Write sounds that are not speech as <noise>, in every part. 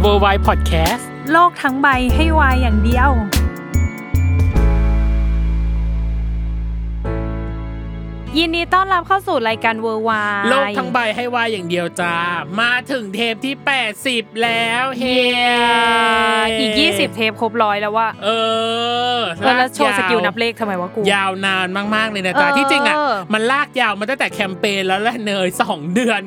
เวอร์ไวพอดแคสต์ โลกทั้งใบให้วายอย่างเดียว ยินดีต้อนรับเข้าสู่รายการเวอร์วาย โลกทั้งใบให้วายอย่างเดียวจ้า มาถึงเทปที่ 80 แล้วเฮีย อีก 20 เทปครบร้อยแล้วว่า เออ เออแล้วโชว์ า สกิลนับเลขทำไมวะกู ยาวนานมาก ๆ เลยนะจ๊ะ เออ ที่จริงอ่ะ มันลากยาวมาตั้งแต่แคมเปญแล้วแหละเนย 2 เดือน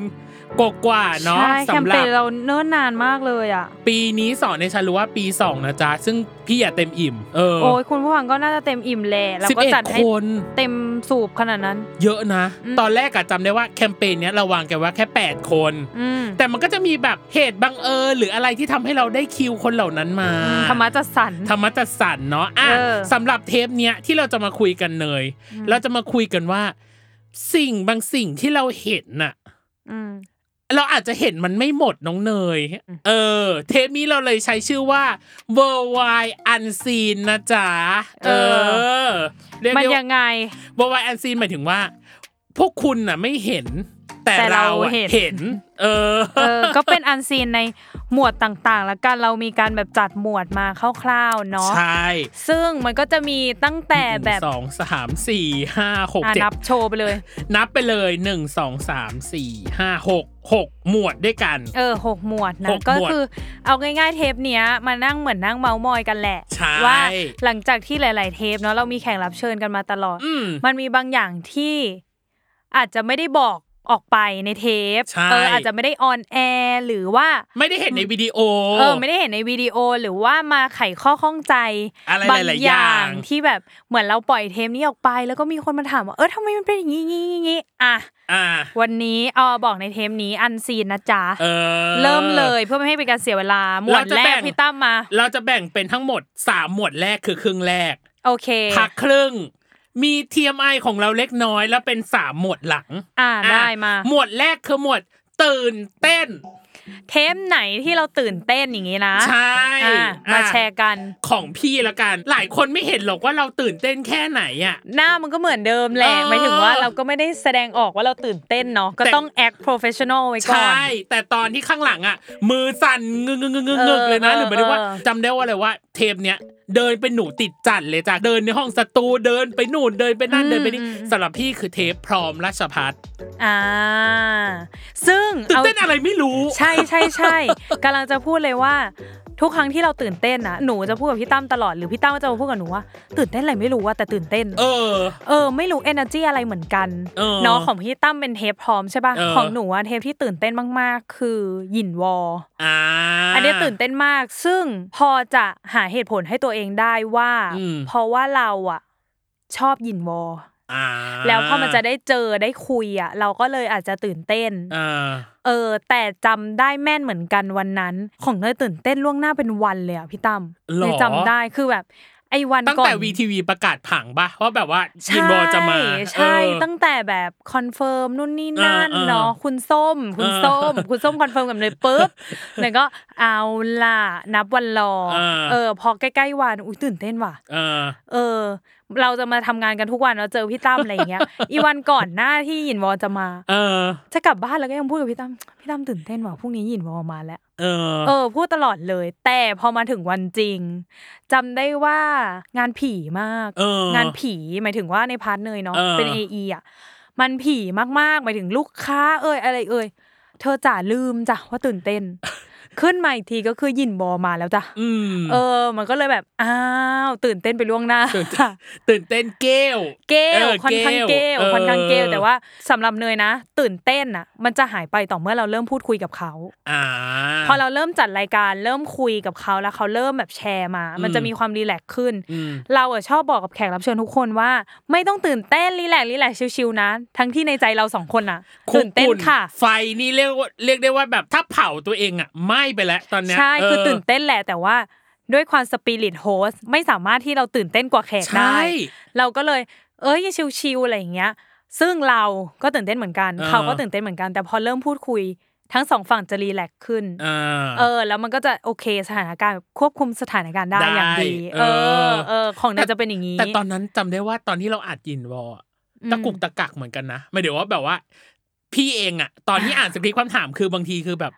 กว่าๆเนาะ ใช่แคม สำห เป รับ ญเราเนิ่นนานมากเลยอ่ะ ปีนี้สอนในฉันรู้ว่าปี 2 นะจ๊ะ ซึ่งพี่อย่าเต็มอิ่ม เออ โอ้ยคุณผู้ฟังก็น่าจะเต็มอิ่มแหละเรา สิบ ก็ เอ็ด จัดให้ คน เต็มสูบขนาดนั้น เยอะนะ อืม ตอนแรกอะจำได้ว่าแคมเปญเนี้ยเราวางกันว่าแค่ 8 คน อืม แต่มันก็จะมีแบบเหตุบังเอิญหรืออะไรที่ทำให้เราได้คิวคนเหล่านั้นมา อืมธรรมะจัดสรร ธรรมะจัดสรรเนาะอ่ะ เออ สำหรับเทปเนี้ยที่เราจะมาคุยกันเนยเราจะมาคุยกันว่า สิ่งบางสิ่งที่เราเห็นน่ะ อืม เราอาจจะเห็นมันไม่หมดน้องเนย เออ เทปนี้เราเลยใช้ชื่อว่า Worldwide Unseen นะจ๊ะเอ เออ อเรียก มัน ได้ว่า ยังไง วาวายอันซีนหมายถึงว่า พวกคุณน่ะไม่เห็น แต่ แต่ เรา เรา อะ เห็น เห็น เออ เออ ก็เป็นอันซีนในหมวดต่างๆ แล้วกันเรามีการแบบจัดหมวดมาคร่าวๆเนาะ ใช่ ซึ่งมันก็จะมีตั้งแต่ หนึ่ง แบบ สองสามสี่ห้าหก อ่ะ เจ็ด นับโชว์ไปเลย นับไปเลยหนึ่งสองสามสี่ห้าหกหกหมวดด้วยกัน เออหกหมวด ห นะ ก ก็ หมวด คือเอาง่ายๆเทปเนี้ยมานั่งเหมือนนั่งเมาส์มอยกันแหละ ใช่ ว่าหลังจากที่หลาย ๆ เทปเนาะเรามีแขกรับเชิญกันมาตลอด อืม มันมีบางอย่างที่อาจจะไม่ได้บอกออกไปในเทป ใช่ เอออาจจะไม่ได้ออนแอร์หรือว่า ไม่ได้เห็นในวิดีโอ เออไม่ได้เห็นในวิดีโอหรือว่ามาไขข้อข้องใจ อะไร บาง หลายๆ อ อย่ า ย่าง งที่แบบเหมือนเราปล่อยเทมนี้ออกไป แล้วก็มีคนมาถามว่าเออทำไมมันเป็นอย่างนี้งี้งี้อ่ะ อ่า วันนี้เออบอกในเทมนี้อันซีนนะจ๊ะ เออ เริ่มเลยเพื่อไม่ให้เป็นการเสียเวลาหมวด เราจะ แร แบ่ ก ง พี่ตั้มมา เราจะแบ่งเป็นทั้งหมดสามหมวดแรกคือครึ่งแรก โอเค พักครึ่ง มี TMI ของเราเล็กน้อยแล้วเป็นสามหมวดหลัง อ่าได้มา อ่ะหมวดแรกคือหมวดตื่นเต้น เทมไหนที่เราตื่นเต้นอย่างนี้นะ ใช่ อ่ะมา อ่ะ แชร์กัน ของพี่ละกัน หลายคนไม่เห็นหรอกว่าเราตื่นเต้นแค่ไหนอ่ะ หน้ามันก็เหมือนเดิมแหละ เออ หมายถึงว่าเราก็ไม่ได้แสดงออกว่าเราตื่นเต้นเนาะก็ แต่ ต้อง act professional ไว้ ใช ก่อน ่ แต่ตอนที่ข้างหลังอ่ะ มือสั่นงึกงึกงึกงึกงึก เออ เลยนะ หรือไม่ได้ว่า เออเออ จำได้ว่าอะไรว่า เทปเนี้ยเดินเป็นหนูติดจันเลยจ้ะเดินในห้องสตูเดินไปนู่นเดินไปนั่นเดินไปนี่สำหรับพี่คือเทปพร้อมราชพัฒ อ่า ซึ่ง ตื่น เอา เต้นอะไรไม่รู้ ใช่ใช่ใช่ กำลังจะพูดเลยว่า ทุกครั้งที่เราตื่นเต้นนะหนูจะพูดกับพี่ตั้มตลอดหรือพี่ตั้มก็จะมาพูดกับหนูว่า ตื่นเต้นอะไรไม่รู้ว่าแต่ตื่นเต้น เออ เออไม่รู้ energy อะไรเหมือนกัน เออ เนาะของพี่ตั้มเป็นเทปพร้อมใช่ป่ะ เออ ของหนูอะเทปที่ตื่นเต้นมากๆ คือหยินวอ อ่า อันนี้ตื่นเต้นมาก ซึ่งพอจะหาเหตุผลให้ตัวเองได้ว่า อืม เพราะว่าเราอ่ะ ชอบยินวอ อ่า แล้วพอมันจะได้เจอได้คุยอ่ะ เราก็เลยอาจจะตื่นเต้น อ่า เออ แต่จำได้แม่นเหมือนกันวันนั้น ของเนยตื่นเต้นล่วงหน้าเป็นวันเลยอ่ะพี่ตั้ม หรอ เนยจำได้คือแบบ ไอ้วัน ตั้ง ก่อน แต่วีทีวีประกาศผังปะว่าแบบว่ายินบอลจะมา ใช่ใช่ เออ ตั้งแต่แบบคอนเฟิร์มนู่นนี่นั่น เออเออ เนาะคุณส้ม คุณ เออ ส้ม คุณส้มคอนเฟิร์มกับเนย <laughs> ปุ๊บเนยก็เอาล่ะนับวันรอ เออ เออพอใกล้ๆวันอุ้ยตื่นเต้นว่ะ เออ เออ เราจะมาทำงานกันทุกวันเราเจอพี่ตั้มอะไรอย่าง <laughs> เงี้ย อีวันก่อนหน้าที่หยินวอจะมา เออ จะกลับบ้านแล้วก็ยังพูดกับพี่ตั้มพี่ตั้มตื่นเต้นว่ะพรุ่งนี้หยินวอมาแล้ว เออ เออพูดตลอดเลย แต่พอมาถึงวันจริงจำได้ว่างานผีมาก เออง านผีหมายถึงว่าในพาร์ทเนยเนาะ เออ เป็น AE อ่ะมันผีมากๆหมายถึงลูกค้า เอ่ยอะไรเอ่ยเธอจ๋าลืมจ้ะว่าตื่นเต้น <laughs> ขึ้นมาอีกทีก็คือหยินบอมาแล้วจ้ะ อืม เออ มันก็เลยแบบอ้าวตื่นเต้นไปล่วงหน้า ตื่นเต้น จ้ะ ตื่นเต้นเกล <laughs> เกล เออ ค่อนข้าง เก เก ล ลค่อนข้างเกล เออ แต่ว่าสำหรับเนยนะ ตื่นเต้นอ่ะ มันจะหายไปต่อเมื่อเราเริ่มพูดคุยกับเขา อ่า พอเราเริ่มจัดรายการเริ่มคุยกับเขาแล้วเขาเริ่มแบบแชร์มา มันจะมีความรีแลกซ์ขึ้น อืม เราอะชอบบอกกับแขกรับเชิญทุกคนว่า ไม่ต้องตื่นเต้นรีแลกซ์รีแลกซ์ชิวๆนะ ทั้งที่ในใจเราสองคนอะตื่นเต้น คุกกุ่ ค่ะ ไฟนี่เรียกว่าเรียกได้ว่าแบบถ้าเผาตัวเองอ่ะไหม้ไปแล้วตอนเนี้ย ใช่คือ เ ตื่นเต้นแหละแต่ว่าด้วยความสปิริตโฮสไม่สามารถที่เราตื่นเต้นกว่าแขก ใช่ ได้ เราก็เลย เอ้ยยังชิวๆอะไรอย่างเงี้ย ซึ่งเราก็ตื่นเต้นเหมือนกัน อ่า เขาก็ตื่นเต้นเหมือนกัน แต่พอเริ่มพูดคุย ทั้งสองฝั่งจะรีแลกซ์ขึ้น อ่า เออ แล้วมันก็จะโอเคสถานการณ์ควบคุมสถานการณ์ได้ ได้ อย่างดี เอ เอ อ อ เออ ของน่าจะเป็นอย่างนี้ แต่ตอนนั้นจำได้ว่าตอนที่เราอัดยินวอลอะ อืม ตะกุกตะกักเหมือนกันนะไม่เดี๋ยวว่าแบบว่า พี่เองอ่ะ ตอนที่อ่านสคริปต์คำถามคือบางทีคือแบบ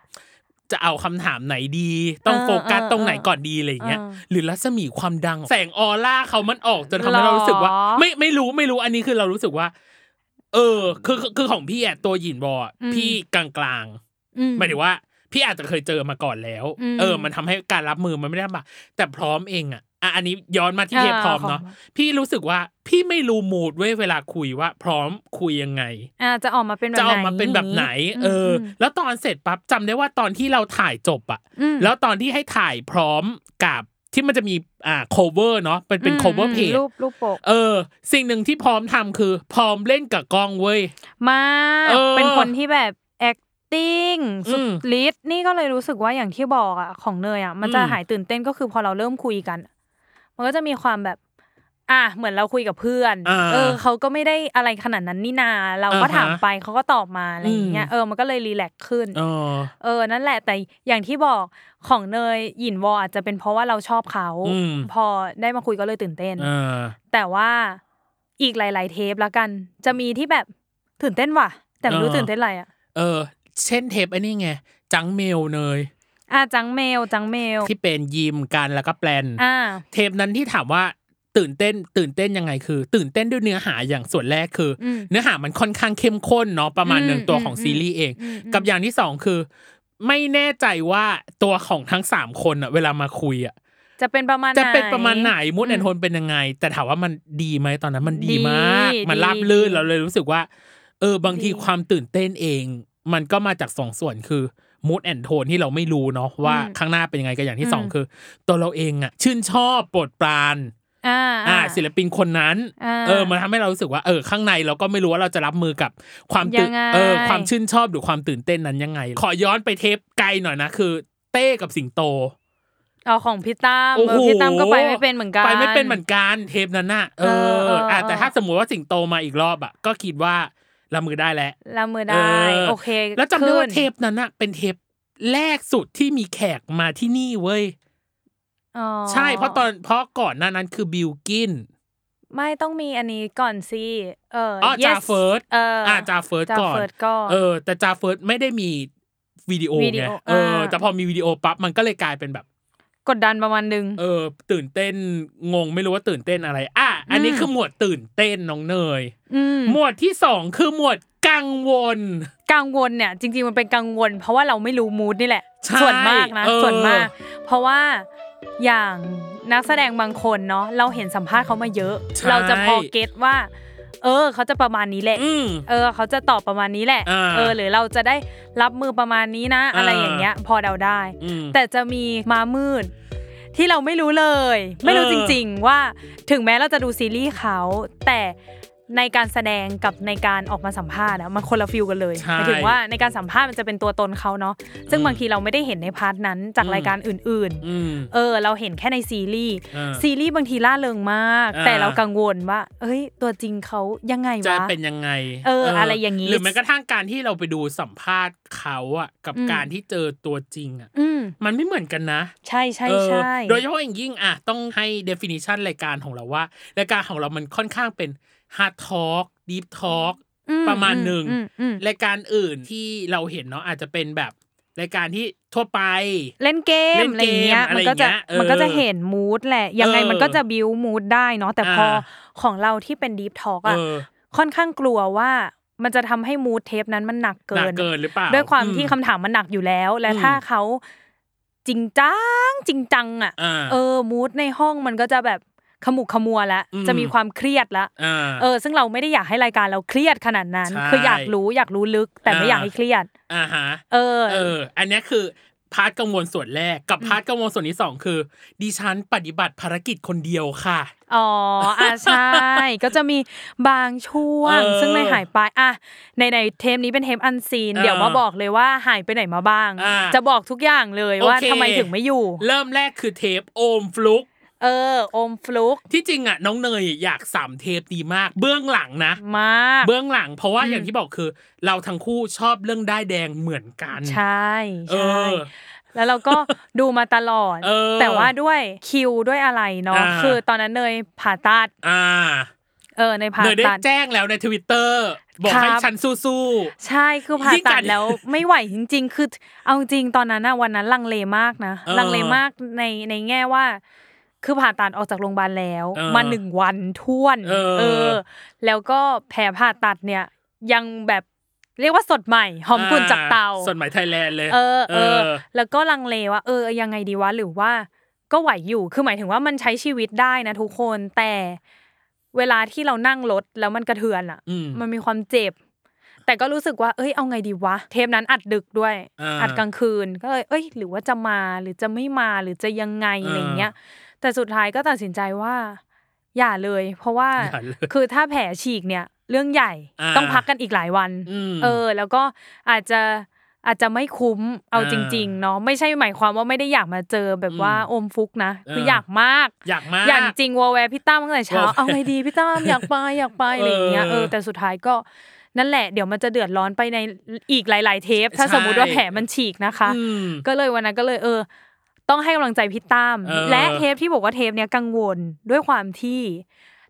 จะเอาคำถามไหนดี ต้องโฟกัสตรงไหนก่อนดีอะไรอย่างเงี้ย หรือรัศมีความดัง แสงออร่าเขามันออกจนทำให้เรารู้สึกว่า ไม่ไม่รู้ไม่รู้อันนี้คือเรารู้สึกว่า เออ คือคือคือของพี่อ่ะตัวหยินวอลอะพี่กลางๆ อืม หมายถึงว่าพี่อาจจะเคยเจอมาก่อนแล้ว อืม เออ มันทำให้การรับมือมันไม่ได้ลำบากแต่พร้อมเองอ่ะอ่ะ อันนี้ย้อนมาที่ อ่า เทปพร้อมเนาะ ของ พี่รู้สึกว่าพี่ไม่รู้มูดเว้ยเวลาคุยว่า พร้อมคุยยังไง อ่าจะออกมาเป็นแบบ จะ ไหน ออกมาเป็นแบบไหน ย่าง เออ ม แล้วตอนเสร็จปั๊บจำได้ว่าตอนที่เราถ่ายจบอ่ะ อืม แล้วตอนที่ให้ถ่ายพร้อมกับที่มันจะมีอ่า cover เนาะเป็นเป็น อืม cover อืม page รูปรูปปก เออ สิ่งหนึ่งที่พร้อมทำคือ พร้อมเล่นกับกล้องเว้ย มาก เออ เป็นคนที่แบบ acting สุ อื ด ม ฤทธิ์นี่ก็เลยรู้สึกว่าอย่างที่บอกอ่ะของเนยอ่ะมันจะ อืม หายตื่นเต้นก็คือพอเราเริ่มคุยกัน มันก็จะมีความแบบ อ่ะเหมือนเราคุยกับเพื่อน อ่า เออเขาก็ไม่ได้อะไรขนาดนั้นนี่นา เราก็ อ่าฮะ ถามไปเขาก็ตอบมาอะไรอย่างเงี้ย อืม เออมันก็เลยรีแลกซ์ขึ้น เออ เออนั่นแหละแต่อย่างที่บอกของเนยหยินวออาจจะเป็นเพราะว่าเราชอบเขา อืม พอได้มาคุยก็เลยตื่นเต้น เออ แต่ว่าอีกหลาย ๆ เทปแล้วกัน จะมีที่แบบตื่นเต้นว่ะ แต่ไม่รู้ เออ ตื่นเต้นอะไรอ่ะ เออ เช่นเทปไอ้นี่ไง จังเมลเนย อ่ะจังเมลจังเมล ที่เป็นยิมกันแล้วก็แปลน อ่า เทปนั้นที่ถามว่าตื่นเต้น ตื่นเต้นยังไงคือ ตื่นเต้นด้วยเนื้อหาอย่างส่วนแรกคืออ ม เนื้อหามันค่อนข้างเข้มข้นเนาะประมาณหนึ่ง อืม ตัวของ อืม ซีรีส์เอง อืม กับอย่างที่สองคือ ไม่แน่ใจว่าตัวของทั้งสามคนอะเวลามาคุยอะ จะเป็นประมาณ จะเป็นประมาณไหนมูด อื แอนโทนเป็นยังไง แต่ถามว่ามันดีไหมตอนนั้นมันดี ดี มาก มัน ดี ราบลื่นเราเลยรู้สึกว่า เออบางที ดี ความตื่นเต้นเอง มันก็มาจากสองส่วนคือมูดแอนโทนที่เราไม่รู้เนาะว่าข้างหน้าเป็นยังไงกับอย่างที่สองคือ ตัวเราเองอะชื่นชอบโปรดปราน อ่า อ่าศิลปินคนนั้น อ่า เออ มันทำให้เรารู้สึกว่า เออ ข้างในเราก็ไม่รู้ว่าเราจะรับมือกับความตื่น ยังไง เออ ความชื่นชอบหรือความตื่นเต้นนั้นยังไง ขอย้อนไปเทปไกลหน่อยนะ คือ เต้กับสิงโต เอาของพี่ตั้ม โอ้ เอ โห อพี่ตั้มก็ไปไม่เป็นเหมือนกัน ไปไม่เป็นเหมือนกัน เทปนั้นน่ะ เอ เออเอ อ อ อ่ะ เออ แต่ถ้าสมมติว่าสิงโตมาอีกรอบอ่ะ ก็คิดว่ารับมือได้แล้ว ละมือ เอ ได้ อ โอเค แล้วจำได้ว่า ขึ้น เทปนั้นน่ะ เป็นเทปแรกสุดที่มีแขกมาที่นี่เว้ย อ๋อ ใช่ เพราะตอน เพราะก่อนหน้านั้นคือบิลกิน ไม่ต้องมีอันนี้ก่อนสิเออ อ๋อ อ yes จ่าเฟิร์ส เอออ จ่าเฟิร์ส จ่า ก่อน เฟิร์สก่อน เออ แต่จ่าเฟิร์สไม่ได้มีวิดีโอ วิดี ไง โอ เออ อ่า แต่พอมีวิดีโอปั๊บมันก็เลยกลายเป็นแบบ กดดันประมาณนึง เออ ตื่นเต้นงงไม่รู้ว่าตื่นเต้นอะไร อ่ะ อันนี้ อืม คือหมวดตื่นเต้นน้องเนย อืม หมวดที่สองคือหมวดกังวล กังวลเนี่ย จริง ๆ มันเป็นกังวล เพราะว่าเราไม่รู้มูดนี่แหละ ใช่ ส่วนมากนะ เออ ส่วนมาก เพราะว่าอย่างนักแสดงบางคนเนาะเราเห็นสัมภาษณ์เขามาเยอะ เราจะพอเก็ตว่า เออ เขาจะประมาณนี้แหละ อืม เออ เขาจะตอบประมาณนี้แหละ อ่า เออ หรือเราจะได้รับมือประมาณนี้นะ อะไร อ่า อย่างเงี้ย พอเดาได้ อืม แต่จะมีมามืด ที่เราไม่รู้เลย ไม่รู้ เออ จริง ๆ ว่าถึงแม้เราจะดูซีรีส์เขา แต่ ในการแสดงกับในการออกมาสัมภาษณ์อะมันคนละฟิลกันเลย ใช่ หมายถึงว่าในการสัมภาษณ์มันจะเป็นตัวตนเขาเนาะซึ่ง อืม บางทีเราไม่ได้เห็นในพาร์ทนั้นจากรายการอื่น ๆ อืม เออเราเห็นแค่ในซีรีส์ อ่า ซีรีส์บางทีล่าเริงมาก อ่า แต่เรากังวลว่า เอ้ย ตัวจริงเขายังไง จะ วะ เป็นยังไง เอออะไรอย่างงี้ นี้หรือแม้กระทั่งการที่เราไปดูสัมภาษณ์เขาอะกับการที่เจอตัวจริงอะ อืม มันไม่เหมือนกันนะ ใช่ใช่ เออ ใช่ โดยเฉพาะอย่างยิ่งอ่ะต้องให้ definition รายการของเราว่ารายการของเรามันค่อนข้างเป็น hard talk deep talk อื ประมาณหนึ่ง อืมอืม รายการอื่นที่เราเห็นเนาะอาจจะเป็นแบบรายการที่ทั่วไป เล่นเกม เล่น อะ เกม ไรเงี้ย อะไร มันก็จะ เงี้ยเออ มันก็จะเห็นมูดแหละ ยังไง เออ มันก็จะบิวมูดได้เนาะแต่พออา ของเราที่เป็นดีฟทอ a l ก เอออะค่อนข้างกลัวว่ามันจะทำให้มูดเทปนั้นมันหนักเกิ หนั น เกินหรือเปล่า ด้วยความ อื ที่คำถามมันหนักอยู่แล้ว และ อืม ถ้าเขาจริงจังจริงจังอะ อ่า เออมูดในห้องมันก็จะแบบขมุกขมัวแล้ว อืม จะมีความเครียดละ อ่า เออ ซึ่งเราไม่ได้อยากให้รายการเราเครียดขนาดนั้น ใช่ คืออยากรู้อยากรู้ลึก แต่ไม่ อ่า อยากให้เครียด อ่าฮะ เออ เออ อันเนี้ยคือพาร์ทกังวลส่วนแรกกับพาร์ทกังวลส่วนที่สองคือ ดิฉันปฏิบัติภารกิจคนเดียวค่ะ อ๋ออ่ะใช่ ก็จะมีบางช่วง เออ ซึ่งไม่หายไปอ่ะในในเทปนี้เป็นเทปอันซีน อ่า เดี๋ยวมาบอกเลยว่าหายไปไหนมาบ้าง อ่า จะบอกทุกอย่างเลยว่า โอเค ทำไมถึงไม่อยู่ เริ่มแรกคือเทปโอมฟลุก เออโอมฟลุก ที่จริงอ่ะน้องเนยอยากสามเทปดีมาก เบื้องหลังนะ มาก เบื้องหลังเพราะว่า อืม อย่างที่บอกคือ เราทั้งคู่ชอบเรื่องด้ายแดงเหมือนกัน ใช่ เอ ใช่ อ แล้วเราก็ดูมาตลอด เออ แต่ว่าด้วยคิวด้วยอะไรเนาะ อ่า คือตอนนั้นเนยผ่าตัด อ่า เออในผ่า เนยได้ ตัด แจ้งแล้วในทวิตเตอร์บอกให้ ครับ ฉันสู้ๆ ใช่คือผ่า ยิ่งกั ตัด ด แล้วไม่ไหวจริง ๆ คือเอาจริงตอนนั้นอะวันนั้นลังเลมากนะ เออ ลังเลมากในในแง่ว่า คือผ่าตัดออกจากโรงพยาบาลแล้ว เออ มาหนึ่งวันท่วน เออ แล้วก็แผลผ่าตัดเนี่ยยังแบบเรียกว่าสดใหม่หอมกลุ่นจากเตา าส่วนหมายไทยแลนด์เลย เออเเออออ แล้วก็ลังเลว่า เออยังไงดีวะหรือว่า ก็ไหวอยู่คือหมายถึงว่ามันใช้ชีวิตได้นะทุกคนแต่เวลาที่เรานั่งรถแล้วมันกระเทือนอ่ะ อืม มันมีความเจ็บ แต่ก็รู้สึกว่า เอ้ยเอาไงดีวะ เทปนั้นอัดดึกด้วย อ่า ดกลางคืนก็เลยเอ้ย หรือว่าจะมาหรือจะไม่มาหรือจะยังไงอะไรเงี้ย แต่สุดท้ายก็ตัดสินใจว่า อย่าเลย เพราะว่า อย่าเลย คือถ้าแผลฉีกเนี่ย เรื่องใหญ่ อ่า ต้องพักกันอีกหลายวัน ม เออแล้วก็อาจจะอาจจะไม่คุ้มเอา อ่า จริง ๆ เนาะไม่ใช่หมายความว่าไม่ได้อยากมาเจอแบบว่า อืม อมฟุกนะ คือ เออ อ อ ยากมาก อยากมาก อยากจริงวอลแวร์พี่ตั้มตั้งแต่เช้า วอลแวร์ เอาไงดีพี่ตั้มอยากไปอยากไปอะไรอย่างเงี้ย เออ เออแต่สุดท้ายก็นั่นแหละเดี๋ยวมันจะเดือดร้อนไปในอีกหลาย ๆ เทป ถ้า ใช่ สมมุติว่าแผลมันฉีกนะคะ อืม ก็เลยวันนั้นก็เลยเออ ต้องให้กำลังใจพี่ตั้ม เออ และเทปที่บอกว่าเทปเนี้ยกังวลด้วยความที่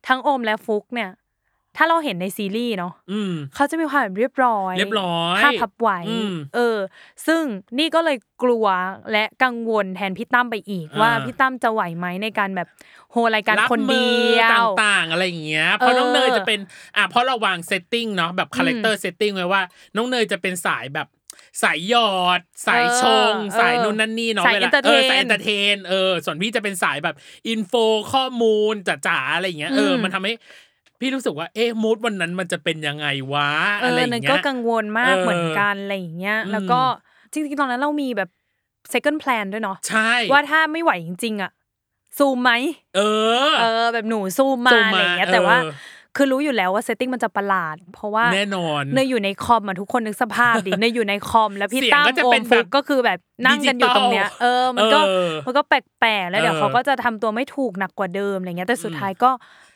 ทั้งโอมและฟุกเนี่ย ถ้าเราเห็นในซีรีส์เนาะ อืม เขาจะมีความแบบเรียบร้อย เรียบร้อย ผ้าพับไหว อืม เออ ซึ่งนี่ก็เลยกลัวและกังวลแทนพี่ตั้มไปอีกว่า อ่า พี่ตั้มจะไหวไหมในการแบบโฮรายการคนเดียว รับมือต่างๆ อะไรอย่างเงี้ยเพราะ เออ น้องเนยจะเป็นอ่ะเพราะเราวางเซตติ้งเนาะแบบคาแรคเตอร์เซตติ้งไว้ว่า น้องเนยจะเป็นสายแบบสายหยอด สายชง เออ สายนู่นนั่นนี่เนาะ สาย วล entertain สายเอนเตอร์เทนเออส่วนพี่จะเป็นสายแบบอินโฟข้อมูลจ๋าๆอะไรอย่างเงี้ยเอออ ม มันทำให้พี่รู้สึกว่าเอ๊ะมูดวันนั้นมันจะเป็นยังไงวะ เอ อะไรออย่าง นั่น เงี้ย ก็กังวลมาก เออ เหมือนกันอะไรอย่างเงี้ย อืม แล้วก็จริงๆตอนนั้นเรามีแบบ second plan ด้วยเนาะ ใช่ ว่าถ้าไม่ไหวจริง ๆอ่ะซูมไหม เออ เออ แบบหนูซูมมา ซูมมา อะไรอย่างเงี้ยแต่ว่า เออ คือรู้อยู่แล้วว่าเซตติ้งมันจะประหลาด เพราะว่า แน่นอน เนยอยู่ในคอมอ่ะทุกคนนึกสภา <laughs> พดิ เนยอยู่ในคอมแล้วพี่ เสียง ตั้ม ก็จะ โอ เป็ ม น ฟุก แบบ ก็คือแบบนั่งกันอยู่ตรงเนี้ย ดิจิตอล เออมันก็ เออ มันก็แปลกๆแล้วเดี๋ยว เออ เขาก็จะทำตัวไม่ถูกหนักกว่าเดิมอะไรเงี้ยแต่สุด อืม ท้ายก็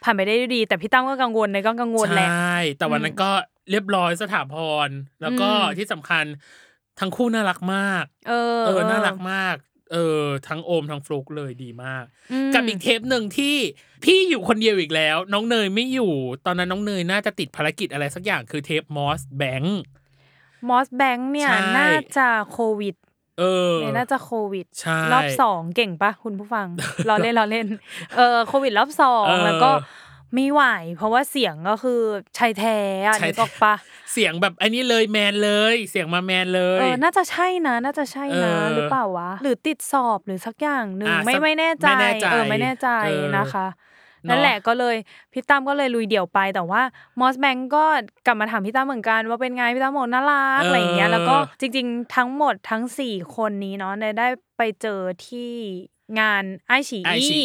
ผ่านไปได้ด้วยดี แต่พี่ตั้มก็กังวลเนยก็กังวลแหละ ใช่ แต่วันนั้นก็เรียบร้อยสถาพร แล้วก็ อืม ที่สำคัญทั้งคู่น่ารักมาก เออ เออ น่ารักมาก เออ ทั้งโอมทั้งฟลุกเลยดีมาก ม กับอีกเทปหนึ่งที่พี่อยู่คนเดียวอีกแล้ว น้องเนยไม่อยู่ ตอนนั้นน้องเนยน่าจะติดภารกิจอะไรสักอย่างคือเทปมอสแบง มอสแบงค์เนี่ย ใช่ น่าจะโควิด เออ เนี่ยน่าจะโควิด ใช่ รอบสองเก่งปะคุณผู้ฟัง <laughs> รอเล่นรอเล่น เออโควิดรอบสอง เออ แล้วก็ไม่ไหว เพราะว่าเสียงก็คือชายแท้อะนึกออกปะ เสียงแบบอันนี้เลยแมนเลย เสียงมาแมนเลย เออ น่าจะใช่นะ น่าจะใช่นะ เออ หรือเปล่าวะ หรือติดสอบหรือสักอย่างหนึ่ง อ่ะ ไม่ สัก ไม่แน่ใจ ไม่แน่ใจ เออ ไม่แน่ใจ เออ นะคะ เนอะ นั่นแหละก็เลย พี่ตั้มก็เลยลุยเดี่ยวไป แต่ว่ามอสแบงก็กลับมาถามพี่ตั้มเหมือนกันว่าเป็นไง พี่ตั้มหมดน่ารักอะไรอย่างเงี้ย แล้วก็จริง ๆ ทั้งหมดทั้ง 4 คนนี้เนาะได้ได้ไปเจอที่งานไอฉี ไอชี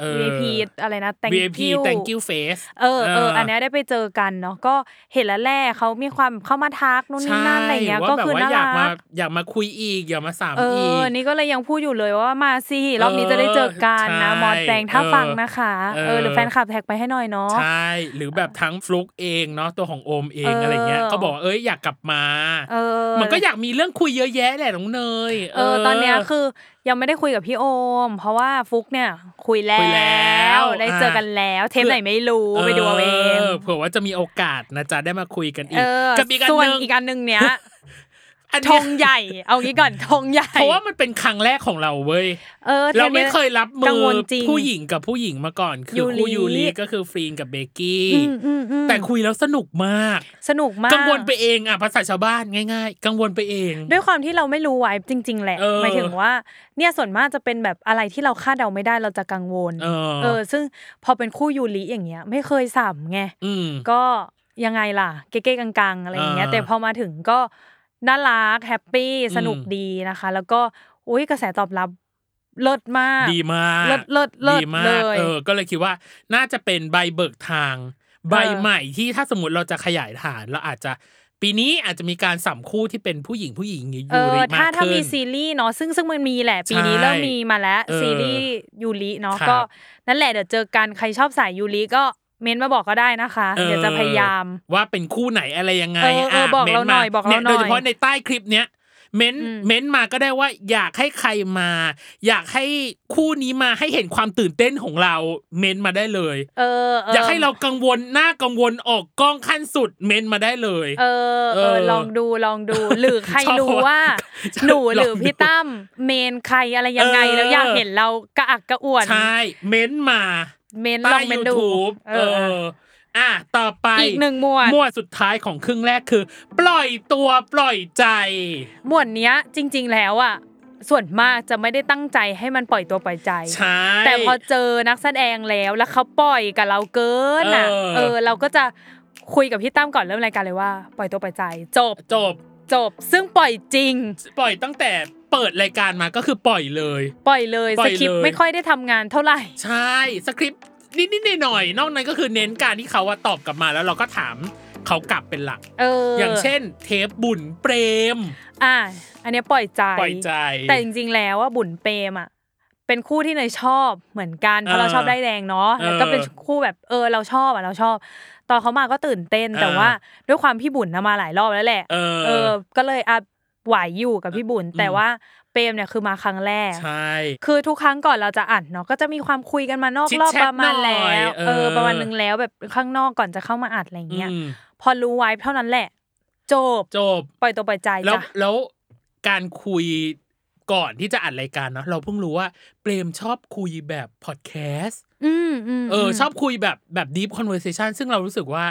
เออ วีพี อะไรนะ thank VIP you thank you face เออเออ เอออั อันเนี้ยได้ไปเจอกันเนาะก็เห็นแล้วแหละเขามีความเข้ามาทักนู่นนี่นั่นอะไรเงี้ยก็ ว่าแบบ คือ ว่า น่า อยากมา รัก อยากมาคุยอีกอยากมาสาม เอ อี อก นี่ก็เลยยังพูดอยู่เลยว่ามาสิรอบนี้จะได้เจอกันนะ เออ มอสแบงค์ถ้า ใช่ ฟังนะคะ เออ เออหรือแฟนคลับแท็กไปให้หน่อยเนาะ ใช่หรือแบบทั้งฟลุกเองเนาะตัวของโอมเอง เอออ อะไรเงี้ยก็บอกว่าเอ้ยอยากกลับมา เออ มันก็อยากมีเรื่องคุยเยอะแยะแหละน้องเนย เออตอนเนี้ยคือยังไม่ได้คุยกับพี่โอม เพราะว่าฟุกเนี่ยคุยแล้ คุยแล้ว ว ได้ อ่ะ เจอกันแล้ว เทปไหนไม่รู้ไปดูเอาเอง เผื่อว่าจะมีโอกาสนะจ๊ะได้มาคุยกันอี เอก อ กับอีกอัน ส่ว ห น นึ่ง อีกอันหนึ่งเนี้ย อัน ธ เนี้ย งใหญ่ เอางี้ก่อนธงใหญ่ เพราะว่ามันเป็นครั้งแรกของเราเว้ย เออ เรา ทป ไม่ นี้ เคยรับมื กัง อ วลจริง ผู้หญิงกับผู้หญิงมาก่อน คือคู่ ยู ยูริริก็คือฟรีนกับเบกกี้ อืมอืมอืม แต่คุยแล้วสนุกมาก สนุกมาก กังวลไปเองอ่ะภาษาชาวบ้านง่ายๆ กังวลไปเอง ด้วยความที่เราไม่รู้ไว้จริง ๆ แหละ เออ หมายถึงว่าเนี่ยส่วนมากจะเป็นแบบอะไรที่เราคาดเดาไม่ได้เราจะกังวล เออ เออ ซึ่งพอเป็นคู่ยูริอย่างเงี้ย ไม่เคยสับไง อืม ก็ยังไงล่ะ เก๊ๆกังๆ อะไรอย่างเงี้ย อ่า แต่พอมาถึงก็น่ารักแฮปปี้สนุก อืม ดีนะคะ แล้วก็อุ้ยกระแสตอบรับเลิศมาก ดีมาก เลิศเลิศเลิศ ดีมา เล ก ย เออ ก็เลยคิดว่าน่าจะเป็นใบเบิกทาง ใบใหม่ที่ถ้าสมมติเราจะขยายฐานเราอาจจะปีนี้อาจจะมีการสัมคู่ที่เป็นผู้หญิงผู้หญิงยู เอ ริ อ มา ถ้ากถ้า ขึ้ มี น ซีรีส์เนาะซึ่งซึ่งมันมีแหละปีนี้ ใช่ เริ่มมีมาแล้ว เออ ซีรีส์ยูริเนาะ ครับ ก็นั่นแหละเดี๋ยวเจอกันใครชอบสายยูริก็เม้นมาบอกก็ได้นะคะ เออ เดี๋ยวจะพยายาม ว่าเป็นคู่ไหนอะไรยังไง เออเออบอกเราหน่อยบอกเรา ม้ม หน่อย โดยเฉพาะในใต้คลิปเนี้ยเม้น อืม เม้นมาก็ได้ว่าอยากให้ใครมา อยากให้คู่นี้มาให้เห็นความตื่นเต้นของเราเม้นมาได้เลย เออเอออยอากให้เรากังวลหน้ากังวลออกกล้องขั้นสุดเมนมาได้เลย เออเอ เอ อ อ ลองดูลองดูหรือใคร ชอบ รู้ว่า ชอบ หนูหรือ ลองดู พี่ตั้มเมนใครอะไรยังไง เออ แล้วอยากเห็นเรากระอักกระอ่วน ใช่เม้นมา เมนล ใต้ องเมนดู YouTube เอออ่ะต่อไป อีกหนึ่งหมวด หมวดสุดท้ายของครึ่งแรกคือ ปล่อยตัวปล่อยใจ หมวดเนี้ยจริง ๆ แล้วอ่ะส่วนมากจะไม่ได้ตั้งใจให้มันปล่อยตัวปล่อยใจ ใช่ แต่พอเจอนักแสดงแล้วแล้วเขาปล่อยกับเราเกินอ่ะ เออ เราก็จะคุยกับพี่ตั้มก่อนเริ่มรายการเลยว่า ปล่อยตัวปล่อยใจ จบ จบ จบ ซึ่งปล่อยจริง ปล่อยตั้งแต่เปิดรายการมาก็คือปล่อยเลย ปล่อยเลย ปล่ ส อย คริปต์ เลย ไม่ค่อยได้ทำงานเท่าไหร่ ใช่สคริปต์นิดๆหน่อยๆนอกนั้นก็คือเน้นการที่เขาอะตอบกลับมาแล้วเราก็ถามเขากลับเป็นหลัก เออ อ อย่าง เช่น เทปบุญเปรม อ่ะอันเนี้ยปล่อยใจ ปล่อยใจ แต่จริงๆแล้วว่าบุญเปรมอ่ะเป็นคู่ที่เนยชอบเหมือนกันเพราะ เออ เราชอบได้ายแดงเนาะ เออ แล้วก็เป็นคู่แบบเออเราชอบอ่ะเราชอบ ตอนเขามาก็ตื่นเต้นแต่ เออ ว่าด้วยความพี่บุญนะมาหลายรอบแล้วแหละ เออ เออ ก็เลยอ่ะไหวอยู่กับพี่บุญ แต่ว่าเปรมเนี่ยคือมาครั้งแรก ใช่ คือทุกครั้งก่อนเราจะอัดเนาะก็จะมีความคุยกันมานอกรอบ Chit-chat ประมาณ หน่อแล้ยว เออ เออ ประมาณนึงแล้วแบบข้างนอกก่อนจะเข้ามาอัดอะไรเงี้ย อืม พอรู้ไว้เท่านั้นแหละ จบ จบ ปล่อยตัวปล่อยใจ แล้ว จ้ะ แล้วการคุยก่อนที่จะอัดรายการเนาะเราเพิ่งรู้ว่าเปรมชอบคุยแบบพอดแคสต์ อืมอืม เอออ ม ชอบคุยแบบแบบดีฟคอนเวอร์เซชันซึ่งเรารู้สึกว่า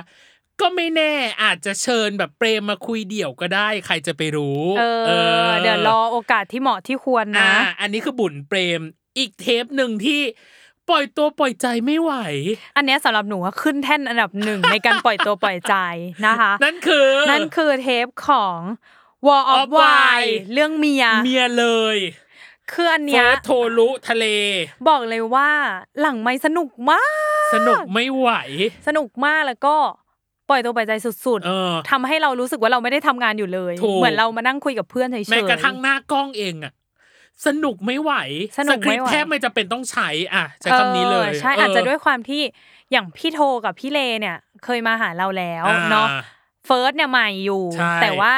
ก็ไม่แน่อาจจะเชิญแบบเปรมมาคุยเดี่ยวก็ได้ ใครจะไปรู้ เออเดี๋ยวรอโอกาสที่เหมาะที่ควร อ่า นะ อันนี้คือบุญเปรมอีกเทปหนึ่งที่ปล่อยตัวปล่อยใจไม่ไหว อันเนี้ยสำหรับหนูว่าขึ้นแท่นอันดับหนึ่ง ในการปล่อยตัวปล่อยใจนะคะ นั่นคือ นั่นคือเทปของ War of Of w i Why เรื่องเมีย เมียเลย คืออัน เฟิ เนี้ย ร์สโทรุทะเล บอกเลยว่าหลังไม่สนุกมาก สนุกไม่ไหว สนุกมากแล้วก็ปล่อยตัวปล่อยใจสุด เออ ทำให้เรารู้สึกว่าเราไม่ได้ทำงานอยู่เลย ถูก เหมือนเรามานั่งคุยกับเพื่อนเฉยๆ แม้กระทั่งหน้ากล้องเองอะสนุกไม่ไหว สนุกไม่คริปไหวต์แทบไม่จะเป็นต้องใช้อ่ะใช้คำนี้เลย ออใช่ เ อาจจะด้วยความที่อย่างพี่โทกับพี่เลเนี่ย เคยมาหาเราแล้ว อ่ เนาะ เฟิร์สเนี่ยใหม่อยู่ ใช่ แต่ว่า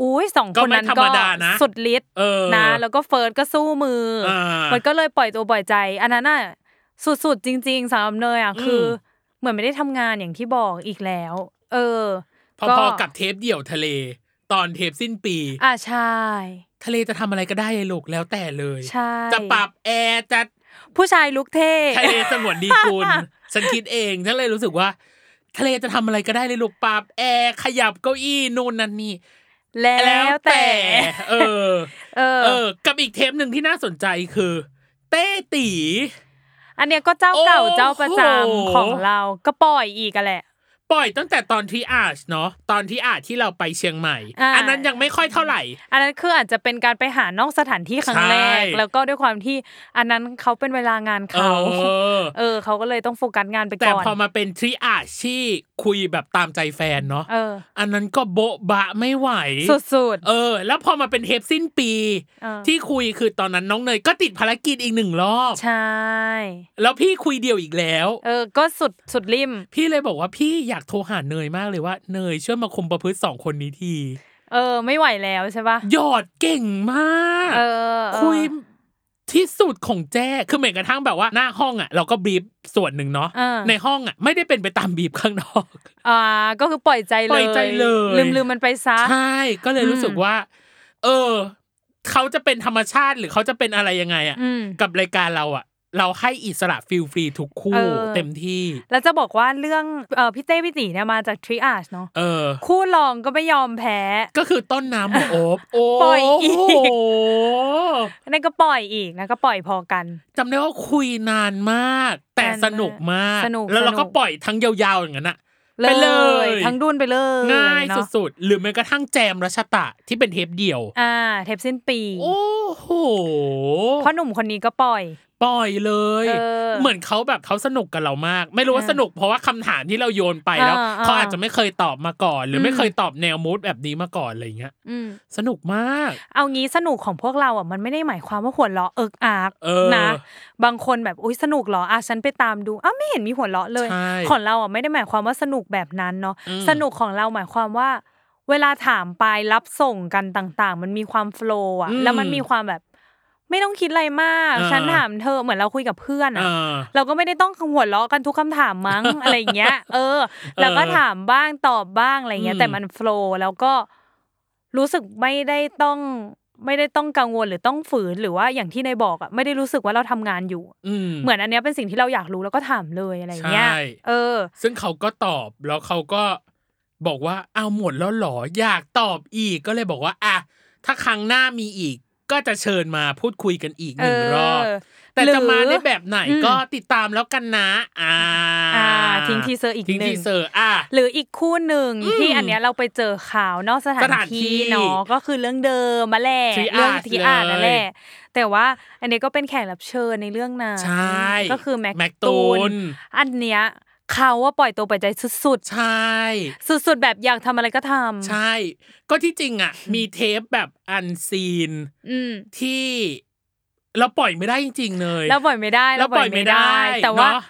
อุ้ยสองคนนั้น ก็ไม่ธรรก็มดานะ สุดฤทธิ์ เออ นะ แล้วก็เฟิร์สก็สู้มืออา มันก็เลยปล่อยตัวปล่อยใจ อันนั้นน่ะสุดๆจริง ๆสำหรับเนยอ่ะ อืม คือ เหมือนไม่ได้ทำงานอย่างที่บอกอีกแล้ว เออ พอ ก็ พอกับเทปเดี่ยวทะเล ตอนเทปสิ้นปี อ่ะใช่ ทะเลจะทำอะไรก็ได้เลยลูกแล้วแต่เลย ใช่ จะปรับแอร์จะ ผู้ชายลุกเท่ ทะเลสงวนดีกุล <laughs> ฉันคิดเองฉันเลยรู้สึกว่า ทะเลจะทำอะไรก็ได้เลยลูกปรับแอร์ขยับเก้าอี้นู่นนั่นนี่ แล้วแต่ เออ เออ เออ กับอีกเทปหนึ่งที่น่าสนใจคือ เต้ตี อันเนี้ยก็เจ้าเก่า โอ้โห เจ้าประจำของเราก็ปล่อยอีกอะแหละ ปล่อยตั้งแต่ตอนที่อาชเนาะตอนที่อาชที่เราไปเชียงใหม่ อ่า อันนั้นยังไม่ค่อยเท่าไหร่ อันนั้นคืออาจจะเป็นการไปหานอกสถานที่ครั้งแรก ใช่ แล้วก็ด้วยความที่อันนั้นเขาเป็นเวลางาน เอ เขา อ เออเขาก็เลยต้องโฟกัสงานไป แต่ ก่อน พอมาเป็นทริอาชที่คุยแบบตามใจแฟนเนาะ เออ อันนั้นก็โบ๊ะบะไม่ไหว สุด เออ แล้วพอมาเป็นเทปสิ้นปี เออ ที่คุยคือตอนนั้นน้องเนยก็ติดภารกิจอีกหนึ่งรอบ <laughs> ๆ ใช่ แล้วพี่คุยเดียวอีกแล้ว เออก็สุดสุดริม พี่เลยบอกว่าพี่อยากโทรหาเนยมากเลยว่าเนยช่วยมาคุมประพฤติสองคนนี้ที เออ ไม่ไหวแล้วใช่ปะ หยอดเก่งมาก เออเออ คุยที่สุดของแจ้คือเหมือนกระทั่งแบบว่าหน้าห้องอ่ะ เราก็บรีฟส่วนหนึ่งเนาะ เออ ในห้องอ่ะ ไม่ได้เป็นไปตามบรีฟข้างนอก อ่าก็คือปล่อยใจเลย ปล่อยใจเลย ลืมลืมมันไปซะ ใช่ก็เลยรู้สึกว่า เออ เขาจะเป็นธรรมชาติหรือเขาจะเป็นอะไรยังไงอ่ะ อืม กับรายการเราอ่ะ เราให้อิสระฟิลฟรีทุก เอ คู่ อ เต็มที่ แล้วจะบอกว่าเรื่องเออพี่เต้พี่ตีเนี่ยมาจากทริอาชเนาะ เออ คู่รองก็ไม่ยอมแพ้ ก็คือต้นน้ำหมอโอบโอ้ ปล่อยอีก โห นั่นก็ปล่อยอีกนะก็ปล่อยพอกัน จำได้ว่าคุยนานมาก แต่ นานมาก สนุกมาก สนุก แล้วเราก็ สนุก ปล่อยทั้งยาวๆอย่างนั้นอะ ไปเลย ทั้งดุนไปเลย ง่าย เนอะ สุดๆ หรือแม้กระทั่งแจมรัชตะที่เป็นเทปเดี่ยว อ่า เทปสิ้นปี โอ้โห เพราะหนุ่มคนนี้ก็ปล่อย ปล่อยเลย เออ เหมือนเขาแบบเขาสนุกกับเรามาก ไม่รู้ว่า เออ สนุกเพราะว่าคำถามที่เราโยนไปแล้ว อ่าอ่า เขาอาจจะไม่เคยตอบมาก่อน หรืออ ม ไม่เคยตอบแนวมูดแบบนี้มาก่อนอะไรอย่างเงี้ย อืม สนุกมาก เอางี้สนุกของพวกเราอ่ะมันไม่ได้หมายความว่าหัวเราะเอิกอาร์ก เออ นะบางคนแบบอุ้ยสนุกเหรออ่ะฉันไปตามดูอ้าวไม่เห็นมีหัวเราะเลย ใช่ ของเราอ่ะไม่ได้หมายความว่าสนุกแบบนั้นเนาะ อืม สนุกของเราหมายความว่า เวลาถามไปรับส่งกันต่างๆ มันมีความโฟลว์อ่ะ อืม แล้วมันมีความแบบ ไม่ต้องคิดอะไรมาก อ่า ฉันถามเธอเหมือนเราคุยกับเพื่อนอ่ะ อ่า เราก็ไม่ได้ต้องหัวเราะกันทุกคำถาม <laughs> มั้ง อะไรอย่างเงี้ย เออ แล้วก็ถามบ้างตอบบ้างอะไรเงี้ อื ย ม แต่มันโฟล์แล้วก็รู้สึกไม่ได้ต้องไม่ได้ต้องกังวลหรือต้องฝืนหรือว่าอย่างที่นายบอกอ่ะไม่ได้รู้สึกว่าเราทำงานอยู่ อืม เหมือนอันเนี้ยเป็นสิ่งที่เราอยากรู้แล้วก็ถามเลยอะไรเงี้ย ใช่ เออ ซึ่งเขาก็ตอบแล้วเขาก็บอกว่าเอาวหมดแล้วเหรออยากตอบอีกก็เลยบอกว่าอ่ะถ้าครั้งหน้ามีอีก ก็จะเชิญมาพูดคุยกันอีกห เอ นึ่ง อ รอบ แต่จะมาในแบบไหน หรือ ก็ติดตามแล้วกันนะอ่า อ่าทิ้งทีเซอร์อีก ทิ้ง หนึ่ง ทีเซอร์อ่ะ หรืออีกคู่หนึ่ง อืม ที่อันเนี้ยเราไปเจอข่าวนอกสถา ส น ถานที่ ที่เนาะก็คือเรื่องเดิมมาแหละ Triad เรื่องทีอาร์นั่นแห เล ละ ย แต่ว่าอันเนี้ยก็เป็นแขกรับเชิญในเรื่องนั้น ใช่ ก็คือแม็ กตูน อันเนี้ยเขาว่าปล่อยตัวปล่อยใจสุด ใช่ ๆ สุดๆ แบบอยากทำอะไรก็ทำ ใช่ ก็ที่จริงอ่ะ มีเทปแบบอันซีน อืม ที่ เราปล่อยไม่ได้จริงๆเลย เราปล่อยไม่ได้ เราปล่อยไม่ได้ แต่ว่า เนอะ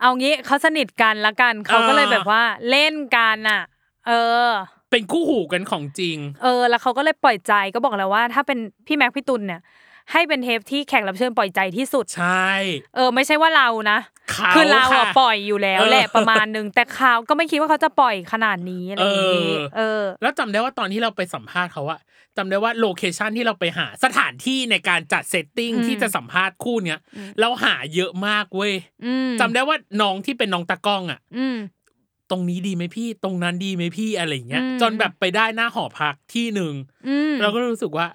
เอางี้เขาสนิทกันละกันเขาก็เลย เออ แบบว่าเล่นกันอ่ะ เออ เป็นคู่หูกันของจริง เออแล้วเขาก็เลยปล่อยใจก็บอกแล้วว่า ถ้าเป็นพี่แม็กพี่ตุลเนี่ย ให้เป็นเทปที่แขกรับเชิญปล่อยใจที่สุด ใช่ เออ ไม่ใช่ว่าเรานะ เขา คือเราอะ ะ ปล่อยอยู่แล้วแหละ เออ ประมาณนึงแต่เขาก็ไม่คิดว่าเขาจะปล่อยขนาดนี้อะไรอย่างนี้ เออ เออ แล้วจำได้ว่าตอนที่เราไปสัมภาษณ์เขาอะจำได้ว่าโลเคชันที่เราไปหาสถานที่ในการจัดเซตติ้ง อืม ที่จะสัมภาษณ์คู่เนี้ยเราหาเยอะมากเว้ย อืม จำได้ว่าน้องที่เป็นน้องตะกล้องอะ อืม ตรงนี้ดีไหมพี่ ตรงนั้นดีไหมพี่อะไรอย่างเงี้ย อืม จนแบบไปได้หน้าหอพักที่หนึ่ง อืม เราก็รู้สึกว่า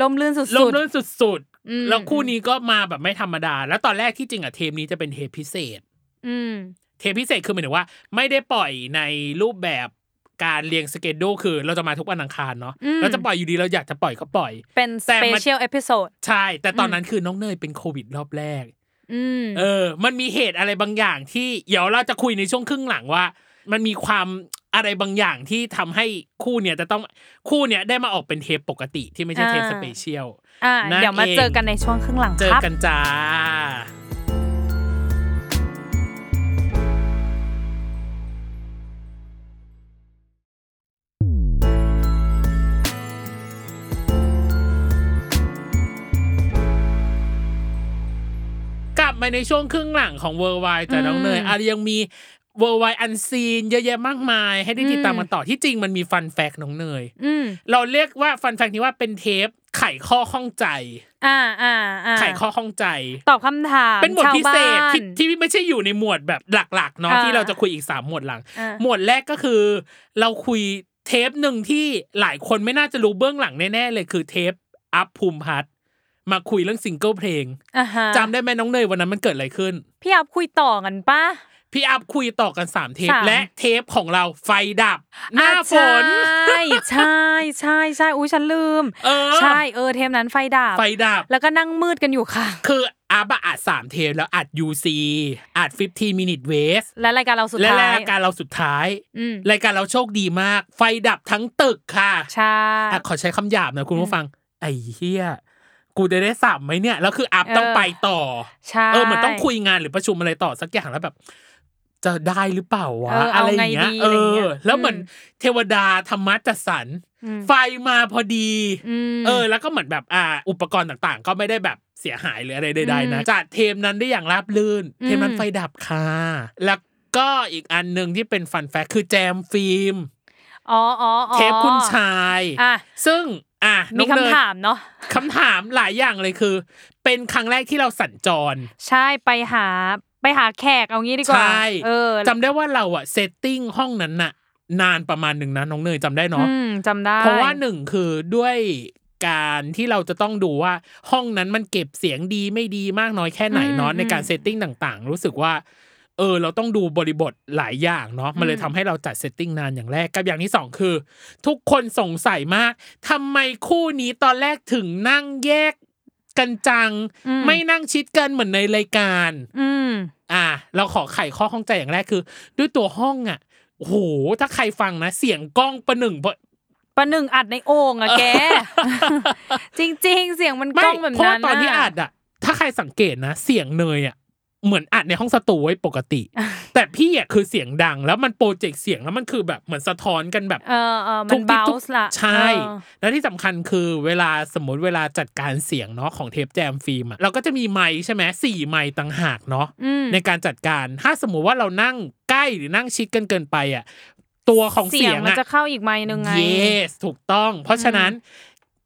ลมลื่นสุด ลม ๆ เลื่นสุด อืม ๆ แล้วคู่นี้ก็มาแบบไม่ธรรมดา แล้วตอนแรกที่จริงอะเทปนี้จะเป็นเทปพิเศษ อืม เทปพิเศษคือหมายถึงว่า ไม่ได้ปล่อยในรูปแบบการเรียงสเกจดูคือ เราจะมาทุกวันอังคารเนาะ อืม เราจะปล่อยอยู่ดีเราอยากจะปล่อยก็ปล่อย เป็นส แต่ เป มัน เชียลเอพิโซด ใช่ แต่ตอน อืม นั้นคือน้องเนยเป็นโควิดรอบแรก อืม เออ มันมีเหตุอะไรบางอย่างที่เดี๋ยวเราจะคุยในช่วงครึ่งหลังว่า มันมีความอะไรบางอย่างที่ทำให้คู่เนี่ยจะต้องคู่เนี่ยได้มาออกเป็นเทปปกติที่ไม่ใช่เทป อ่า สเปเชียล อ่า นั่น เดี๋ยวมา เอง เจอกันในช่วงครึ่งหลัง เจอ ครับ กันจ้า กลับมาในช่วงครึ่งหลังของเวอร์ไวแต่น้องเนยอาจจะยังมีเวอร์ไวอันซีนเยอะแยะมากมาย ให้ได้ติดตามกันต่อที่จริงมันมีฟันแฟกน้องเนย อืม เราเรียกว่าฟันแฟกนี้ว่าเป็นเทปไขข้อข้องใจ อ่าอ่าอ่า ไขข้อข้องใจ ตอบคำถาม เป็นหมวดพิเศษ ชาวบ้าน ที่ที่ไม่ใช่อยู่ในหมวดแบบหลักๆเนาะ อ่า ที่เราจะคุยอีกสามหมวดหลัง อ่า หมวดแรกก็คือ เราคุยเทปหนึ่งที่หลายคนไม่น่าจะรู้เบื้องหลังแน่ๆเลยคือเทปอัพภูมิพัฒน์มาคุยเรื่องซิงเกิลเพลง อ่าฮะ จำได้ไหมน้องเนยวันนั้นมันเกิดอะไรขึ้น พี่อัพคุยต่อกันปะ พี่อัพคุยต่อกันสามเทป สาม และเทปของเราไฟดับ หน้าฝน ใช่ <laughs> ใช่ใช่ใช่อุ้ยฉันลืม เออ ใช่เออเทมนั้นไฟดับ ไฟดับ แล้วก็นั่งมืดกันอยู่ค่ะ <laughs> คืออัพอะอัดสามเทปแล้วอัด UC อัด 15 minute waste และรายการเราสุด และ ท้าย รายการเราสุดท้าย อืม รายการเราโชคดีมาก ไฟดับทั้งตึกค่ะ ใช่ อ่ะขอใช้คำหยาบนะคุณผู้ฟัง ไอ้เหี้ย กูจะได้สับไหมเนี่ย แล้วคืออัพต้องไปต่อ ใช่ เออเหมือนต้องคุยงานหรือประชุมอะไรต่อสักอย่างแล้วแบบ จะได้หรือเปล่าวะ เออ อะ เอา ไรอ ไง ย่างเงี้ยเอดีอะไรอย่าง อ เงี้ย แล้วเหมือนเทวดาธรรมจัดสรร อืม ไฟมาพอดี อืม เออแล้วก็เหมือนแบบอ่าอุปกรณ์ต่างๆ ก็ไม่ได้แบบเสียหายหรืออะไรใดๆนะ อืม จัดเทมนั้นได้อย่างราบรื่น อืม เทมนั้นไฟดับค่ะแล้วก็อีกอันหนึ่งที่เป็นฟันแฟกคือแจมฟิล์ม อ๋ออ๋ออ๋อ เทปคุณชาย อ่ะ ซึ่งอ่ะน้ มี อง คำ เนย ถามเนาะ คำถามหลายอย่างเลยคือ เป็นครั้งแรกที่เราสัญจร ใช่ไปหาไปหาแขกเอางี้ดีกว่า ใช่ เออ จำได้ว่าเราอะเซตติ้งห้องนั้นน่ะ นานประมาณหนึ่งนะน้องเนยจำได้เนาะ อืมจำได้ เพราะว่าหนึ่งคือด้วยการที่เราจะต้องดูว่าห้องนั้นมันเก็บเสียงดีไม่ดีมากน้อยแค่ไหนเนาะในการเซตติ้งต่างๆ รู้สึกว่า เออ เราต้องดูบริบทหลายอย่างเนาะมันเลยทำให้เราจัดเซตติ้งนานอย่างแรกกับอย่างที่สองคือ ทุกคนสงสัยมากทำไมคู่นี้ตอนแรกถึงนั่งแยกกันจัง อื ไม่นั่งชิดกันเหมือนในรายการ อืม อ่ะเราขอไขข้อข้องใจอย่างแรกคือ ด้วยตัวห้องอ่ะโอ้โหถ้าใครฟังนะ เสียงกล้องประหนึ่งเพ <laughs> ราะ ประหนึ่งอัดในโอ่งอะ <laughs> แก จริง ๆ เสียงมัน ไม่ กล้องแบบ เพราะว่านั้น ตอนที่อัดอ่ะ ถ้าใครสังเกตนะ เสียงเนยอ่ะเหมือนอัดในห้องสตูไว้ปกติ แต่พี่อ่ะคือเสียงดัง แล้วมันโปรเจกต์เสียงแล้วมันคือแบบเหมือนสะท้อนกันแบบ เออเออมั ทุกนที่ เบา ทุก ส์ละ ใช่ เออ และที่สำคัญคือเวลาสมมติเวลาจัดการเสียงเนาะของเทปแจมฟิล์มอ่ะเราก็จะมีไมค์ใช่ไหมสี่ไมค์ต่างหากเนาะ อืม ในการจัดการ ถ้าสมมุติว่าเรานั่งใกล้หรือนั่งชิดกันเกินไปอ่ะ ตัวของเสียง มัน อ่ะ จะเข้าอีกไม้นึงไง yes ถูกต้อง เพราะฉะนั้น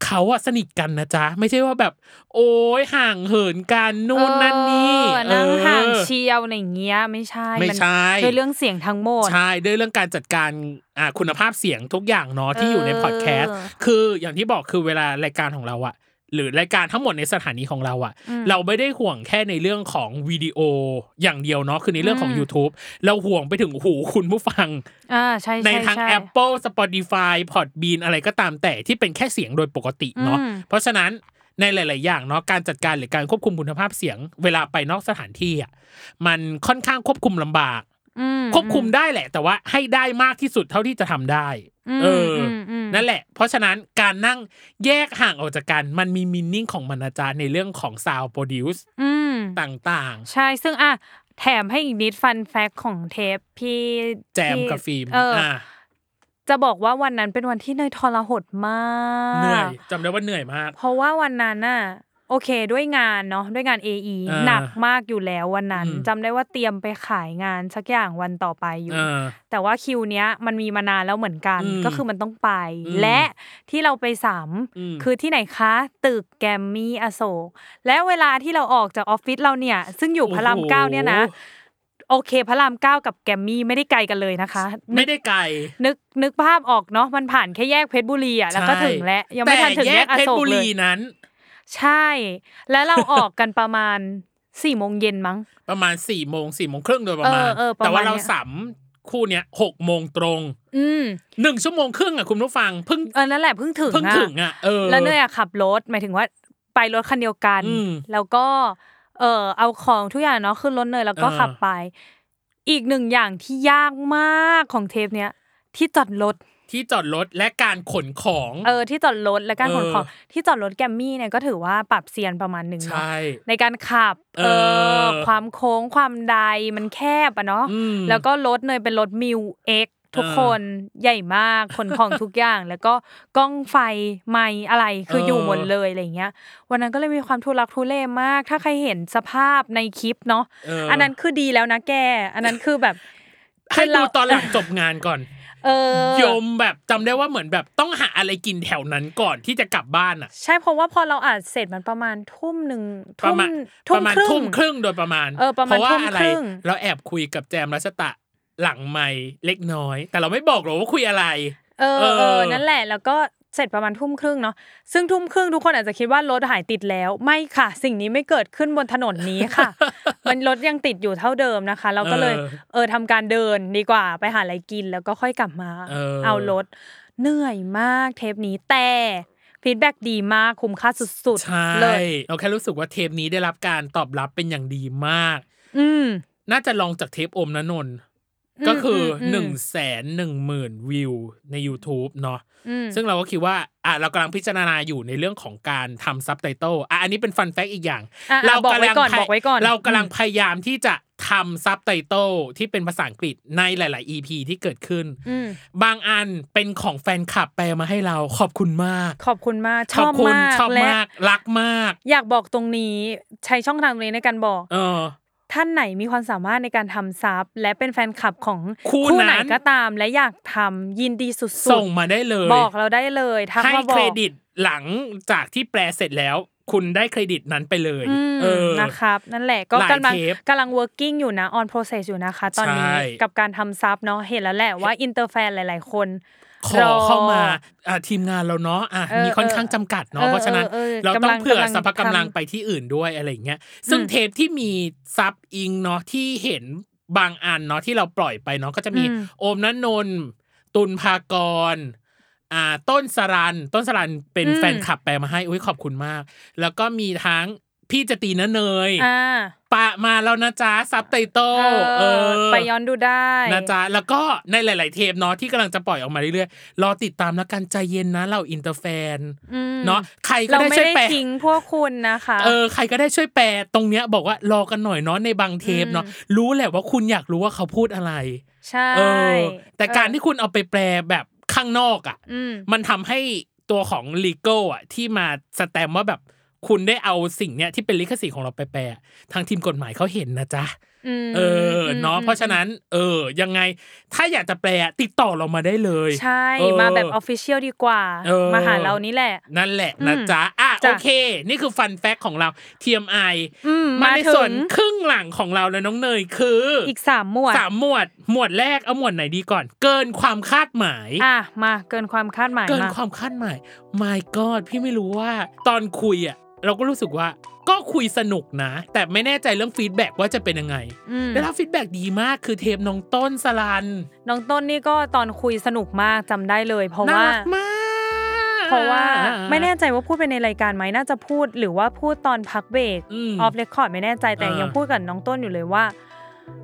เขาอะสนิทกันนะจ๊ะ ไม่ใช่ว่าแบบ โอ้ยห่างเหินกันนู่นนั่นนี่ เออนั่ง เออ ห่างเชียวอะไรอย่างเงี้ยไม่ใช่ ไม่ใช่ นด้วยเรื่องเสียงทั้งหมด ใช่ด้วยเรื่องการจัดการอ่าคุณภาพเสียงทุกอย่างเนาะที่อยู่ในพอดแคสต์ เออ คืออย่างที่บอกคือเวลารายการของเราอะหรือรายการทั้งหมดในสถานีของเราอะเราไม่ได้ห่วงแค่ในเรื่องของวิดีโออย่างเดียวเนาะคือในเรื่องของ YouTube เราห่วงไปถึงหูคุณผู้ฟัง อ่าใช่ ใน ช่ ทั้ง ช่ Apple Spotify Podbean อะไรก็ตามแต่ที่เป็นแค่เสียงโดยปกติเนาะ อืม เพราะฉะนั้นในหลาย ๆ อย่างเนาะการจัดการหรือการควบคุมคุณภาพเสียง เวลาไปนอกสถานที่อะมันค่อนข้างควบคุมลำบาก อืม ควบคุมได้แหละ แต่ว่าให้ได้มากที่สุดเท่าที่จะทำได้ ม เอออ มม นั่นแหละ เพราะฉะนั้นการนั่งแยกห่างออกจากกัน มันมีมินนิ่งของมันอาจารย์ในเรื่องของซาวโปรดิวส์ อืม ต่าง ใช่ซึ่งอ่ะแถมให้อีกนิดฟันแฟกของเทปพี่ ๆ แจม พี่ กับฟิล์ม เอออ อ่ะ จะบอกว่าวันนั้นเป็นวันที่เนยทรหดมาก เหนื่อยจำได้ว่าเหนื่อยมาก เพราะว่าวันนั้นน่ะโอเคด้วยงานเนาะด้วยงาน AE อ่า หนักมากอยู่แล้ววันนั้น อืม จำได้ว่าเตรียมไปขายงานสักอย่างวันต่อไปอยู่ เออ แต่ว่าคิวเนี้ยมันมีมานานแล้วเหมือนกัน อืม ก็คือมันต้องไป อืม และที่เราไปสาม อืม คือที่ไหนคะ ตึกแกรมมี่อโศกและเวลาที่เราออกจากออฟฟิศเราเนี่ย ซึ่งอยู่พระรามเก้าเนี่ยนะ โอเคพระรามเก้ากับแกรมมี่ไม่ได้ไกลกันเลยนะคะ ไม่ได้ไกล นึกนึกภาพออกเนาะมันผ่านแค่แยกเพชรบุรีอ่ะแล้วก็ถึงแล้วยังไม่ทันถึงแยกอ เพช โศ ร ก บุ เล รี ย นั้น ใช่ แล้วเราออกกันประมาณสี่โมงเย็นมั้ง ประมาณสี่โมงสี่โมงครึ่งโดยประมาณ เออเออประมาณ แต่ว่าเรา เนี้ย สัมคู่เนี้ยหกโมงตรง อืม หนึ่งชั่วโมงครึ่งอ่ะคุณผู้ฟังเพิ่ง เออนั่นแหละเพิ่งถึง เพิ่ง อะ ถึงอ่ะเออ แล้วเนยอะขับรถหมายถึงว่าไปรถคันเดียวกัน อืม แล้วก็เออเอาของทุกอย่างเนาะขึ้นรถเนยแล้วก็ เออ ขับไป อีกหนึ่งอย่างที่ยากมากของเทปเนี้ยที่จอดรถ ที่จอดรถและการขนของ เออที่จอดรถและการขน เออ ของที่จอดรถแกรมมี่เนี่ยก็ถือว่าปรับเซียนประมาณหนึ่งเนาะ ใช่ ในการขับ เออ ความโค้งความใดมันแคบอะเนาะ อืม แล้วก็รถเนยเป็นรถมิวเอ็กทุก เออ คนใหญ่ <laughs> มากขนของทุกอย่าง แล้วก็กล้องไฟไมค์อะไรคืเออออ อ ยู่หมดเลยอะไรเงี้ย วันนั้นก็เลยมีความทุลักทุเลมาก ถ้าใครเห็นสภาพในคลิปเนาะ เ อันนั้นคือดีแล้วนะแก อันนั้นคือแบบ ให้ คือ ดู เรา ตอนหลังจบงานก่อน <laughs> เออย <laughs> มแบบจำได้ว่าเหมือนแบบต้องหาอะไรกินแถวนั้นก่อนที่จะกลับบ้านอ่ะ ใช่เพราะว่าพอเราอ่านเสร็จมันประมาณทุ่มหนึ่ง ป ทุ่ ระ ม มาณ ทุ่ ประ ม มาณ ครึ่ง ทุ่มครึ่งโดยประมาณ เออประมาณ ราะว่า ทุ่ม อะไร ครึ่ง เราแอบคุยกับแจมรัชตะหลังไม่เล็กน้อย แต่เราไม่บอกหรอกว่าคุยอะไร เออ เออ เออนั่นแหละ แล้วก็ เสร็จประมาณทุ่มครึ่งเนาะซึ่งทุ่มครึ่งทุกคนอาจจะคิดว่ารถหายติดแล้ว ไม่ค่ะ สิ่งนี้ไม่เกิดขึ้นบนถนนนี้ <laughs> ค่ะ มันรถยังติดอยู่เท่าเดิมนะคะ เราก็เลย เออ เออทำการเดินดีกว่าไปหาอะไรกินแล้วก็ค่อยกลับมา เออ รถเหนื่อยมากเทปนี้แต่ฟีดแบ็ดีมากคุ้มค่าสุด ใช่ ๆเลย เราแค่รู้สึกว่าเทปนี้ได้รับการตอบรับเป็นอย่างดีมาก อืม น่าจะลองจากเทปอมนะนนท์ อืม ก็คือ ม หนึ่งแสนหนึ่งหมื่นวิวใน YouTube เนาะ อืม ซึ่งเราก็คิดว่าอ่ะเรากำลังพิจารณาอยู่ในเรื่องของการทำซับไตเติลอ่ะอันนี้เป็นฟันแฟกอีกอย่าง อ่ะ เรา บอกไว้ก่อน พย บอกไว้ก่อน เรากำลัง อืม พยายามที่จะทำซับไตเติลที่เป็นภาษาอังกฤษในหลาย ๆ EP ที่เกิดขึ้น อืม บางอันเป็นของแฟนคลับแปลมาให้เราขอบคุณมาก ขอบคุณมากช ข อบ คุณ มาก ชอบ และ มากรักมาก อยากบอกตรงนี้ใช้ช่องทางตรงนี้ในการบอก เออ ท่านไหนมีความสามารถในการทำซับและเป็นแฟนคลับของ คู่ ไหน นั้น ก็ตาม และอยากทำยินดีสุดๆ ส่งมาได้เลย บอกเราได้เลยทัก ให้ มาบ เค อ ร ก ดิตหลังจากที่แปลเสร็จแล้ว คุณได้เครดิตนั้นไปเลย อืม เออ นะครับ นั่นแหละก็ หลาย กำลัง เทป กำลัง working อยู่นะ on process อยู่นะคะ ตอนนี้ ใช่ กับการทำซับเนาะเห็นแล้วแหละว่าอินเตอร์แฟนหลาย ๆ คน ขอเข้ามาอ่ะทีมงานเราเนาะอ่ะ เออ มีค่อนข้างจำกัดเนาะ เออ เพราะฉะนั้น เออเออ เรา กำ ต้ ลั อง งเผื่อก ำลัง สรรพกำลัง ทำ ไปที่อื่นด้วยอะไรอย่างเงี้ย ซึ่ง อืม เทปที่มีซับอิงเนาะที่เห็นบางอันเนาะที่เราปล่อยไปเนาะก็จะมี อืม โอมนันนนท์ตุลภากรอ่าต้นสรันต้นสรันเป็นแฟนคลับแปลมาให้อุ้ยขอบคุณมาก แล้วก็มีทั้งพี่จตีนะเนย อ่า ปะมาแล้วนะจ๊ะซับไตเติล เอ เอ อ อ ไปย้อนดูได้ นะจ๊ะแล้วก็ในหลาย ๆ เทปเนาะที่กำลังจะปล่อยออกมาเรื่อยๆ รอติดตามแล้วกันใจเย็นนะเราอินเตอร์แฟน อืม เนาะใครก็ เรา ได้ ไม่ ช่วย ได้ แปล ทิ้งพวกคุณนะคะ เออใครก็ได้ช่วยแปลตรงเนี้ยบอกว่ารอกันหน่อยเนาะในบางเทปเนาะรู้แหละว่าคุณอยากรู้ว่าเขาพูดอะไร ใช่ เออแต่การ เออ ที่คุณเอาไปแปลแบบข้างนอกอ่ะ อืม มันทำให้ตัวของ l e g a l อ่ะที่มาสแตมป์ว่าแบบคุณได้เอาสิ่งเนี้ยที่เป็นลิขสิทธิ์ของเราไปแปลอะทางทีมกฎหมายเขาเห็นนะจ๊ะ ม เอออเนาะเพราะฉะนั้น เออ ยังไง ถ้าอยากจะแปลติดต่อเรามาได้เลย ใช่ เออ มาแบบออฟฟิเชียลดีกว่า เออ มาหาเรานี่แหละ นั่นแหละนะจ๊ะอ่ะ จ้ะ โอเค นี่คือฟันแฟกของเรา TMI อืม มา มา ใน ถึ ส่วน ง ครึ่งหลังของเราแล้วน้องเนยคืออ อีกสามหมวด สามหมวด หมวดแรกเอาหมวดไหนดีก่อน เกินความคาดหมาย อ่ะมาเกินความคาดหมาย เกิน มา ความคาดหมาย my god พี่ไม่รู้ว่าตอนคุยอ่ะเราก็รู้สึกว่าก็คุยสนุกนะ แต่ไม่แน่ใจเรื่องฟีดแบ็กว่าจะเป็นยังไง อืม ได้รับฟีดแบ็กดีมากคือเทปน้องต้นสลัน น้องต้นนี่ก็ตอนคุยสนุกมากจำได้เลย เพราะ น่า ว่า รักมาก เพราะว่าไม่แน่ใจว่าพูดไปในรายการไหมน่าจะพูดหรือว่าพูดตอนพักเบรก อืม ออฟเรคคอร์ดไม่แน่ใจแต่ อ่ายั ยังพูดกับน้องต้นอยู่เลยว่า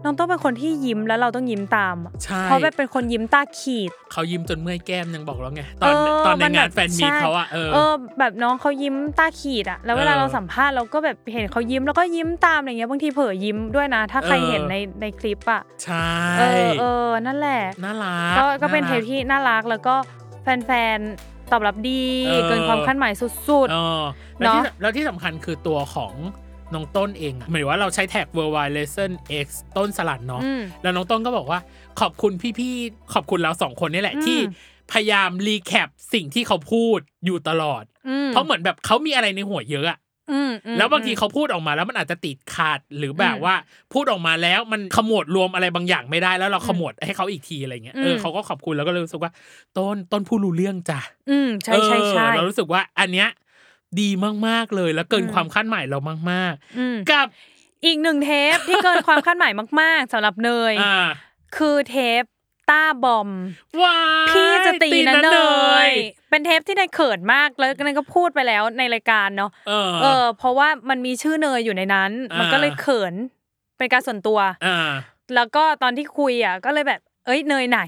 น้องต้นเป็นคนที่ยิ้มแล้วเราต้องยิ้มตามอะ ใช่ เพราะแบบเป็นคนยิ้มตาขีด เขายิ้มจนเมื่อยแก้มยังบอกแล้วไง ตอน เออ ตอนใน มั งาน บบ แฟนมีต ใช่ เขาอะเออ เออ แบบน้องเขายิ้มตาขีดอะแล้วเวลา เออ เราสัมภาษณ์เราก็แบบเห็นเขายิ้มแล้วก็ยิ้มตามอะไรเงี้ยบางทีเผลอยิ้มด้วยนะ ถ้าใคร เออ เห็นในในคลิปอะ ใช่ เออเออนั่นแหละ น่ารัก ก็ก็เป็นเท า ป รั ที่น่ารักแล้วก็แฟนๆตอบรับดี เออ เกินความคาดหมายสุด เออ เน แล้ว อะ ที่แล้วที่สำคัญคือตัวของน้องต้นเองอะหมายถึงว่าเราใช้แท็ก worldwide lesson x ต้นสลัดเนาะ ๆอืม แล้วน้องต้นก็บอกว่าขอบคุณพี่ๆ ขอบคุณเราสองคนนี่แหละ อืม ที่พยายามรีแคปสิ่งที่เขาพูดอยู่ตลอด อืม เพราะเหมือนแบบเขามีอะไรในหัวเยอะอะ อืมอืม แล้วบางทีเขาพูดออกมาแล้วมันอาจจะติดขาดหรือแบบว่าพูดออกมาแล้วมันขมวดรวมอะไรบางอย่างไม่ได้แล้วเราขมวดให้เขาอีกทีอะไรเงี้ย อืม เออเขาก็ขอบคุณแล้วก็เลยรู้สึกว่าต้นต้นผู้รู้เรื่องจ้ะ อืมใช่ใช่ใช่ เออเรารู้สึกว่าอันเนี้ยดีมากๆเลยแล้วเกินความคาดหมายเรามาก อืม ๆ กับ อีกหนึ่งเทปที่เกินความคาดหมายมากๆสำหรับเนย อ่า คือเทปต้าบอม ว้าย พี่จะตีนะเนย ย เป็นเทปที่นายเขินมากแล้วนายก็พูดไปแล้วในรายการเนาะ เออ เออ เพราะว่ามันมีชื่อเนยอยู่ในนั้น อ่ามั มันก็เลยเขิน เป็นการส่วนตัว อ่า แล้วก็ตอนที่คุยอ่ะ ก็เลยแบบ เอ้ย เนยไหน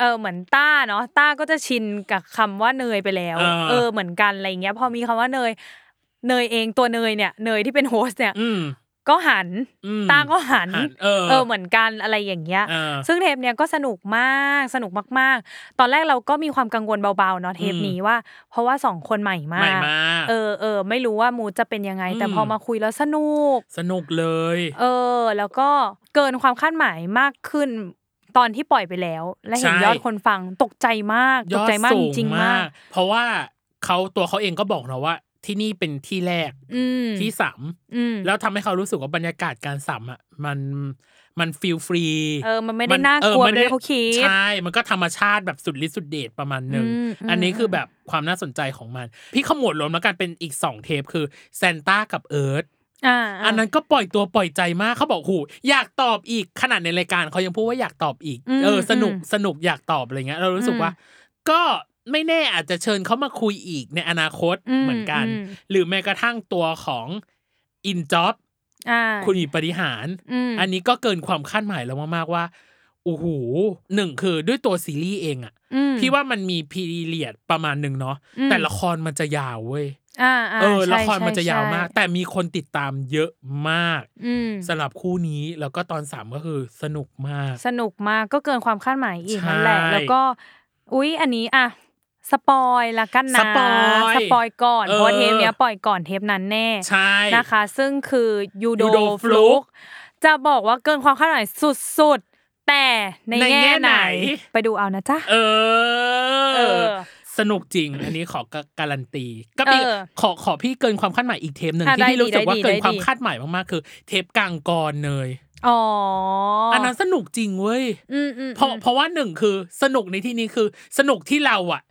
เออ เหมือนต้าเนาะ ต้าก็จะชินกับคำว่าเนยไปแล้ว อ่า เออ เหมือนกันอะไรเงี้ย พอมีคำว่าเนย เนยเองตัวเนยเนี่ย เนยที่เป็นโฮสต์เนี่ย อืม ก็หัน อืม ต้าก็หัน หันเออ เออ เหมือนกันอะไรอย่างเงี้ย อ่า ซึ่งเทปเนี้ยก็สนุกมากสนุกมาก ๆ ตอนแรกเราก็มีความกังวลเบา ๆ เนาะเทป อืม นี้ว่า เพราะว่าสองคนใหม่มา ใหม่ ก มาก เออเออไม่รู้ว่ามูดจะเป็นยังไง แต่ อืม พอมาคุยแล้วสนุก สนุกเลย เออ แล้วก็เกินความคาดหมายมากขึ้น ตอนที่ปล่อยไปแล้ว และเห็น ใช่ ยอดคนฟังตกใจมาก ย ตก อด ใจมาก สู จ ง ริงๆ มาม าก ก เพราะว่าเขาตัวเขาเองก็บอกนะว่า ที่นี่เป็นที่แรก อืม ที่สาม อืม แล้วทำให้เขารู้สึกว่าบรรยากาศการสัมอ่ะมัน มันฟีลฟรี เออมันไม่ได้น่ากลัว ไม่ได้ เหมือนที่เขาคิด ใช่ มันก็ธรรมชาติแบบสุดฤทธิ์สุดเดชประมาณหนึ่ง อืมอืม อันนี้คือแบบความน่าสนใจของมัน พี่ขมวดรวมแล้วกันเป็นอีกสองเทปคือแซนต้ากับเอิร์ธ อ่า อันนั้นก็ปล่อยตัวปล่อยใจมากเขาบอกหูอยากตอบอีกขนาดในรายการเขายังพูดว่าอยากตอบอีก เออสนุกสนุกอยากตอบอะไรเงี้ย เรารู้สึกว่า ก็ไม่แน่อาจจะเชิญเขามาคุยอีกในอนาคตเหมือนกัน หรือแม้กระทั่งตัวของอินจ็อบ อ่า คุณหญิงปฏิหาร อืม อันนี้ก็เกินความคาดหมายเรามากๆว่าโอ้โหหนึ่งคือด้วยตัวซีรีส์เองอะ อืม พี่ว่ามันมีพีเรียดประมาณหนึ่งเนาะ อืม แต่ละครมันจะยาวเว้ย อ่าา เออ ใช่ ละครมัน ใช่ จะยาวมาก ใช่ แต่มีคนติดตามเยอะมาก อืม สำหรับคู่นี้แล้วก็ตอนสามก็คือสนุกมาก สนุกมากก็เกินความคาดหมายอีก ใช่ นั่นแหละแล้วก็อุ๊ยอันนี้อ่ะสปอยละกันนะ สปอย สปอยก่อน เออ เพราะว่าเทปเนี้ยปล่อยก่อนเทปนั้นแน่ ใช่ นะคะ ซึ่งคือยูโด Yudo ฟลุก Fluke จะบอกว่าเกินความคาดหมายสุดๆ แต่ใน ใน แง่ แง่ ไหน ไหน ไปดูเอานะจ๊ะ เอ เอ อ อ สนุกจริง อันนี้ขอการันตี ก็มี เออ ขอขอพี่เกินความคาดหมายอีกเทปหนึ่ง อ่ะ ที่ ได้ พี่รู้สึกว่า ดีได้ เกิน ดี ความคาดหมายมากๆคือ เทปกลางกรเนย อ๋ออั อันนั้นสนุกจริงเว้ย อืมอืม เพราะเพราะว่าหนึ่งคือสนุกในที่นี้คือสนุกที่เราอะ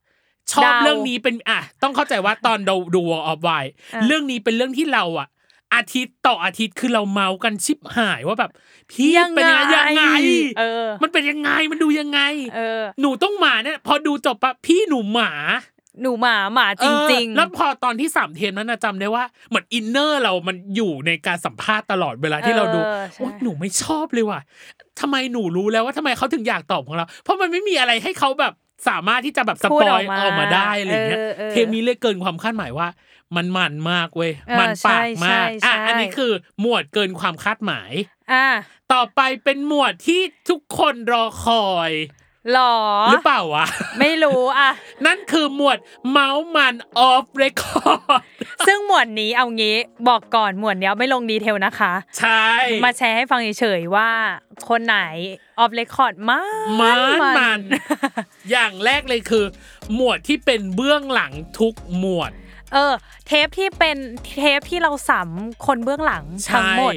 ชอบ เดา เรื่องนี้เป็นอ่ะต้องเข้าใจว่าตอนดูดูวออฟไว อ่ะ เรื่องนี้เป็นเรื่องที่เราอะอาทิตย์ต่ออาทิตย์คือเราเมากันชิบหายว่าแบบพี่เป็นยังไงยังไง เออ มันเป็นยังไงมันดูยังไง เออ หนูต้องหมาเนี่ยพอดูจบปะพี่หนูหมา หนูหมาหมาจริง เออ ๆ แล้วพอตอนที่สามเทนนั้นนะจำได้ว่าเหมือนอินเนอร์เรามันอยู่ในการสัมภาษณ์ตลอดเวลาที่เราดู เออใช่ โอ๊ยหนูไม่ชอบเลยว่ะทำไมหนูรู้แล้วว่าทำไมเขาถึงอยากตอบของเรา เพราะมันไม่มีอะไรให้เขาแบบสามารถที่จะแบบสปอยออกมาได้อะไรอย่างเงี้ย เทปนี้เลยเกินความคาดหมายว่า มันมันมากเว้ย เออ มันปากมาก ใช่ใช่ อ่ะ ใช่ อันนี้คือหมวดเกินความคาดหมาย อ่ะ ต่อไปเป็นหมวดที่ทุกคนรอคอย หรอ หรือเปล่าวะ ไม่รู้อ่ะ นั่นคือหมวดเมาส์มันออฟเรคคอร์ด ซึ่งหมวดนี้เอางี้บอกก่อนหมวดเนี้ยไม่ลงดีเทลนะคะ ใช่ มาแชร์ให้ฟังเฉยๆว่า คนไหนออฟเลคคอร์ดมาก มันมัน อย่างแรกเลยคือ หมวดที่เป็นเบื้องหลังทุกหมวด เออ เทปที่เป็นเทปที่เราสัมคนเบื้องหลังทั้ง ใช่ หมด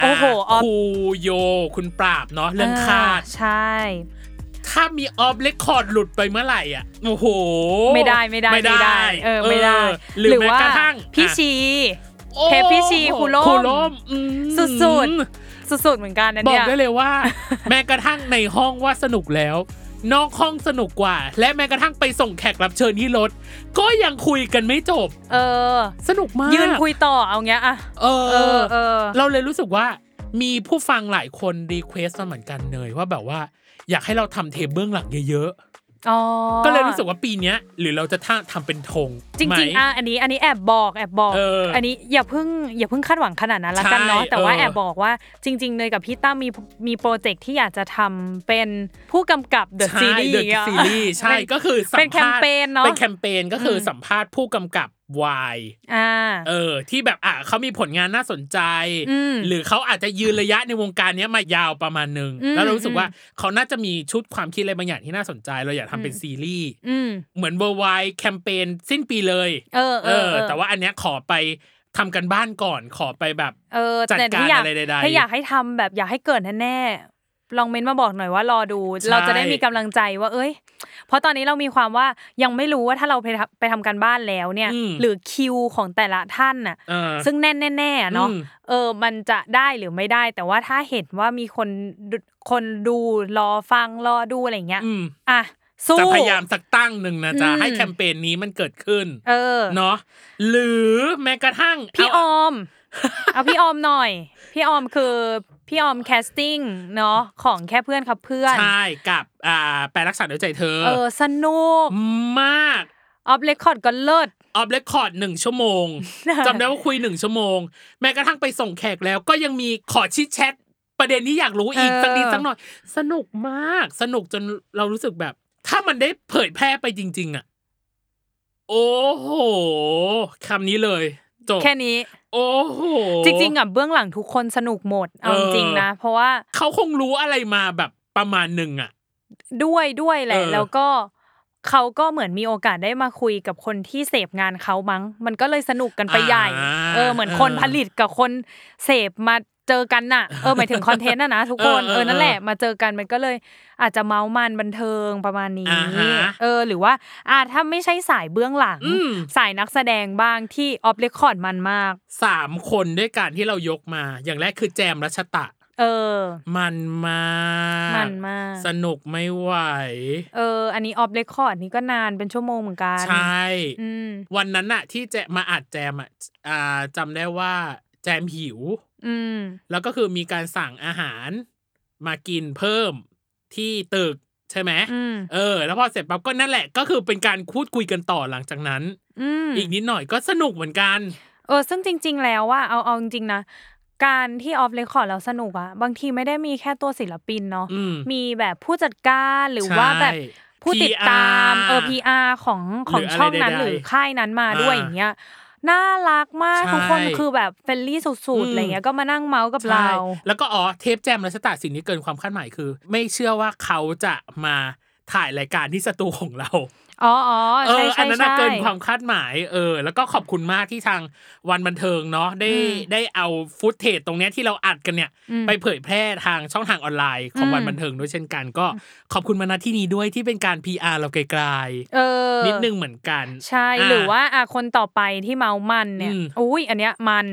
โอ้โหออะฟครูโย คุณปราบเนาะเรื่องคาด ใช่ ถ้ามีออฟเลคคอร์ดหลุดไปเมื่อไหร่อ่ะ โอ้โห ไม่ได้ไม่ได้ ไม่ได้ เออไม่ได้ หรือแม้กระทั่ง พี่ชี โอ้ เทปพี่ชีครูโล่ม ครูโล่มอืม สุด สุดๆเหมือนกันนะ บอ เนี่ ก ย ได้เลยว่า <laughs> แม้กระทั่งในห้องว่าสนุกแล้ว นอกห้องสนุกกว่า และแม้กระทั่งไปส่งแขกรับเชิญที่รถ ก็ยังคุยกันไม่จบ เออ สนุกมาก ยืนคุยต่อเอาเงี้ยอ่ะ เออ เออเออ เราเลยรู้สึกว่ามีผู้ฟังหลายคนรีเควสต์มาเหมือนกันเนยว่าแบบว่า อยากให้เราทำเทปเบื้องหลังเยอะ อ๋อ ๆ ก็เลยรู้สึกว่าปีเนี้ย หรือเราจะท่าทำเป็นธง จ ไหม ริงๆอ่ะอันนี้อันนี้แอบบอกแอบบอก เอออั นนี้อย่าเพิ่งอย่าเพิ่งคาดหวังขนาดนั้นละกันเนาะ ใช่ แต่ว่า เออ แอบบอกว่าจริงๆเนยกับพี่ตั้มมีมีโปรเจกต์ที่อยากจะทำเป็นผู้กำกับเดอะซี ใช่ รีส์ The Series ใช่ ก็คือสัมภาษณ์ เป็นแคมเปญเนาะ เป็นแคมเปญก็คืออ ม สัมภาษณ์ผู้กำกับวาย อ่า เออที่แบบอ่ะเขามีผลงานน่าสนใจ อืม หรือเขาอาจจะยืนระยะในวงการเนี้ยมายาวประมาณหนึ่ง อืม แล้วเรารู้สึกว่าเขาน่าจะมีชุดความคิดอะไรบางอย่างที่น่าสนใจ เราอยากทำเป็นซีรีส์ อืม เหมือนเวอร์ไวแคมเปญสิ้นปีเลย เออเออเออ แต่ว่าอันเนี้ยขอไปทำกันบ้านก่อนขอไปแบบ เออ จัด แต่ การ ถ้าอยาก อะไรใดๆ ถ้าอยากให้ทำแบบอยากให้เกิดแน่ๆลองเม้นต์มาบอกหน่อยว่ารอดู ใช่ เราจะได้มีกำลังใจว่า เอ้ย เพราะตอนนี้เรามีความว่ายังไม่รู้ว่าถ้าเราไปทำไปทำการบ้านแล้วเนี่ย หรือคิวของแต่ละท่านน่ะ เออ ซึ่งแน่นแน่ๆอะเนาะ อืม เออ มันจะได้หรือไม่ได้ แต่ว่าถ้าเห็นว่ามีคนดูคนดูรอฟังรอดูอะไรอย่างเงี้ย อืม อ่ะสู้ จะพยายามสักตั้งหนึ่งนะจ๊ะ อืม ให้แคมเปญนี้มันเกิดขึ้น เออ เนาะหรือแม้กระทั่ง พี่อ เา อม เอาพี่ออมหน่อย พี่ออมคือพี่ออมแคสติ้งเนาะของแค่เพื่อนครับเพื่อน ใช่กับอ่าแปลรักษาด้วยใจเธอ เออสนุก มาก ออฟเลคคอร์ดก็เลิศ ออฟเรคคอร์ดหนึ่งชั่วโมงจำได้ว่าคุยหนึ่งชั่วโมง แม้กระทั่งไปส่งแขกแล้วก็ยังมีขอชิดแชทประเด็นที่อยากรู้อีก เออ สักนิดสักหน่อย สนุกมาก สนุกจนเรารู้สึกแบบ ถ้ามันได้เผยแพร่ไปจริง ๆ อ่ะ โอ้โหคำนี้เลยจบ แค่นี้ โอ้โห จริงๆอ่ะเบื้องหลังทุกคนสนุกหมดเอา เออจริงๆนะ เพราะว่า เขาคงรู้อะไรมาแบบประมาณหนึ่งอ่ะ ด้วยด้วยแหละ เออ แล้วก็เขาก็เหมือนมีโอกาสได้มาคุยกับคนที่เสพงานเขามั้ง มันก็เลยสนุกกันไปใหญ่ อ่า เออเหมือนคนผลิตกับคนเสพมา เจอกันน่ะ <laughs> เออหมายถึงคอนเทนต์น่ะนะทุกคน เออเออ เออนั่นแหละมาเจอกันมันก็เลยอาจจะเมามันบันเทิงประมาณนี้ อ่าฮะ เออหรือว่าอ่าถ้าไม่ใช่สายเบื้องหลัง อืม สายนักแสดงบ้างที่ออฟเลคคอร์ดมันมาก สามคนด้วยกันที่เรายกมา อย่างแรกคือแจมรัชตะ เออ มันมาก มันมาก สนุกไม่ไหว เออ อันนี้ออฟเลคคอร์ดนี่ก็นานเป็นชั่วโมงเหมือนกัน ใช่ อืม วันนั้นน่ะ ที่จะมาอัดแจมอ่ะอ่าจำได้ว่าแจมหิว อืม แล้วก็คือมีการสั่งอาหารมากินเพิ่มที่ตึกใช่ไหม อืม เออ แล้วพอเสร็จปั๊บก็นั่นแหละก็คือเป็นการพูดคุยกันต่อหลังจากนั้น อืม อีกนิดหน่อยก็สนุกเหมือนกัน เออซึ่งจริง ๆ แล้วว่าเอาเอาจริง ๆ นะ การที่ออฟเลคคอร์ดเราสนุกอะบางทีไม่ได้มีแค่ตัวศิลปินเนาะ อืม มีแบบผู้จัดการหรือว่าแบบ ใช่ ผู้ติดตาม PR เออพีอาของของ หรืออะไร ช่องนั้น ใดๆ หรือค่ายนั้นมาด้วย อ่า อย่างเงี้ยน่ารักมาก ใช่ ทุกคนคือแบบเฟรนลี่สุด อืม ๆอะไรเงี้ยก็มานั่งเมาส์กับ ใช่ เรา แล้วก็อ๋อเทปแจมรัชตาสิ่งที่เกินความคาดหมายคือ ไม่เชื่อว่าเขาจะมาถ่ายรายการที่สตูของเรา อ๋ออ๋อ เอ ใช่ ออั ใช่ นนั้น ใช่ น่ะเกินความคาดหมายเออ แล้วก็ขอบคุณมากที่ทางวันบันเทิงเนาะได้ อืม ได้เอาฟุตเทจตรงเนี้ยที่เราอัดกันเนี่ย อืม ไปเผยแพร่ทางช่องทางออนไลน์ของ อืม วันบันเทิงด้วยเช่นกัน ก็ขอบคุณมาณที่นี้ด้วยที่เป็นการ PR เราไกล เออ ๆนิดนึงเหมือนกัน ใช่ ะ หรือว่าอ่ะคนต่อไปที่เมาส์มันเนี่ย อืม อุ้ยอันเนี้ยมัน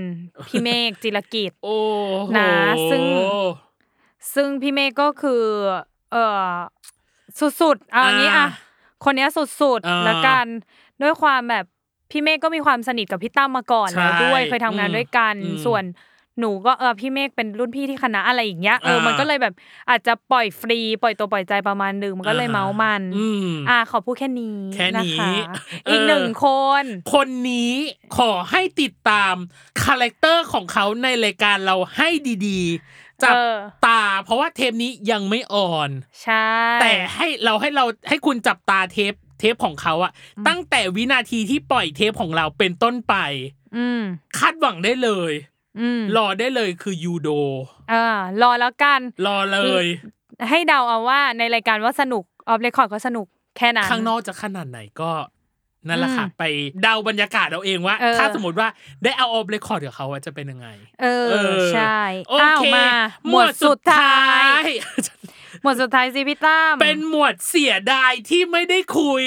พี่เมฆจิรกิจ โอ้โห นะซึ่ง ซึ่งพี่เมฆก็คือ เออสุดๆเอาอย่างนี้ อ่า อะคนเนี้ยสุด อ่า ๆแล้วกันด้วยความแบบพี่เมฆก็มีความสนิทกับพี่ตั้มมาก่อน ใช่ แล้วด้วยเคยทำงาน อืม ด้วยกัน อืม ส่วนหนูก็เออพี่เมฆเป็นรุ่นพี่ที่คณะอะไรอย่างเงี้ยเออ อ่ามั มันก็เลยแบบอาจจะปล่อยฟรี ปล่อยตัวปล่อยใจประมาณหนึงมันก็เลย อ่า เมาส์มัน อืม อ่าขอพูดแค่นี้ แค่นี้ ะะ เอออี อีกหนึ่งคน คนนี้ขอให้ติดตามคาแรคเตอร์ของเขาในรายการเราให้ดีๆ จับ เออ ตา เพราะว่าเทปนี้ยังไม่อ่อน ใช่ แต่ให้เราให้เราให้คุณจับตาเทปเทปของเขาอะตั้งแต่วินาทีที่ปล่อยเทปของเราเป็นต้นไป อืม คาดหวังได้เลย อืม รอได้เลยคือยูโด อ่ารอแล้วกัน รอเลย ให้เดาเอาว่าในรายการว่าสนุกออฟเรคคอร์ดก็สนุกแค่นั้น ข้างนอกจะขนาดไหนก็ นั่นแหละค่ะ อืม ไปเดาบรรยากาศเอาเองว่า เออ ถ้าสมมติว่าได้เอาออฟเรคคอร์ดกับเขาอะจะเป็นยังไง เอ เอ อ อ ใช่ โอ อ้าว เค มาหมวดสุดท้าย หมวดสุดท้ายสิพี่ตั้ม เป็นหมวดเสียดายที่ไม่ได้คุย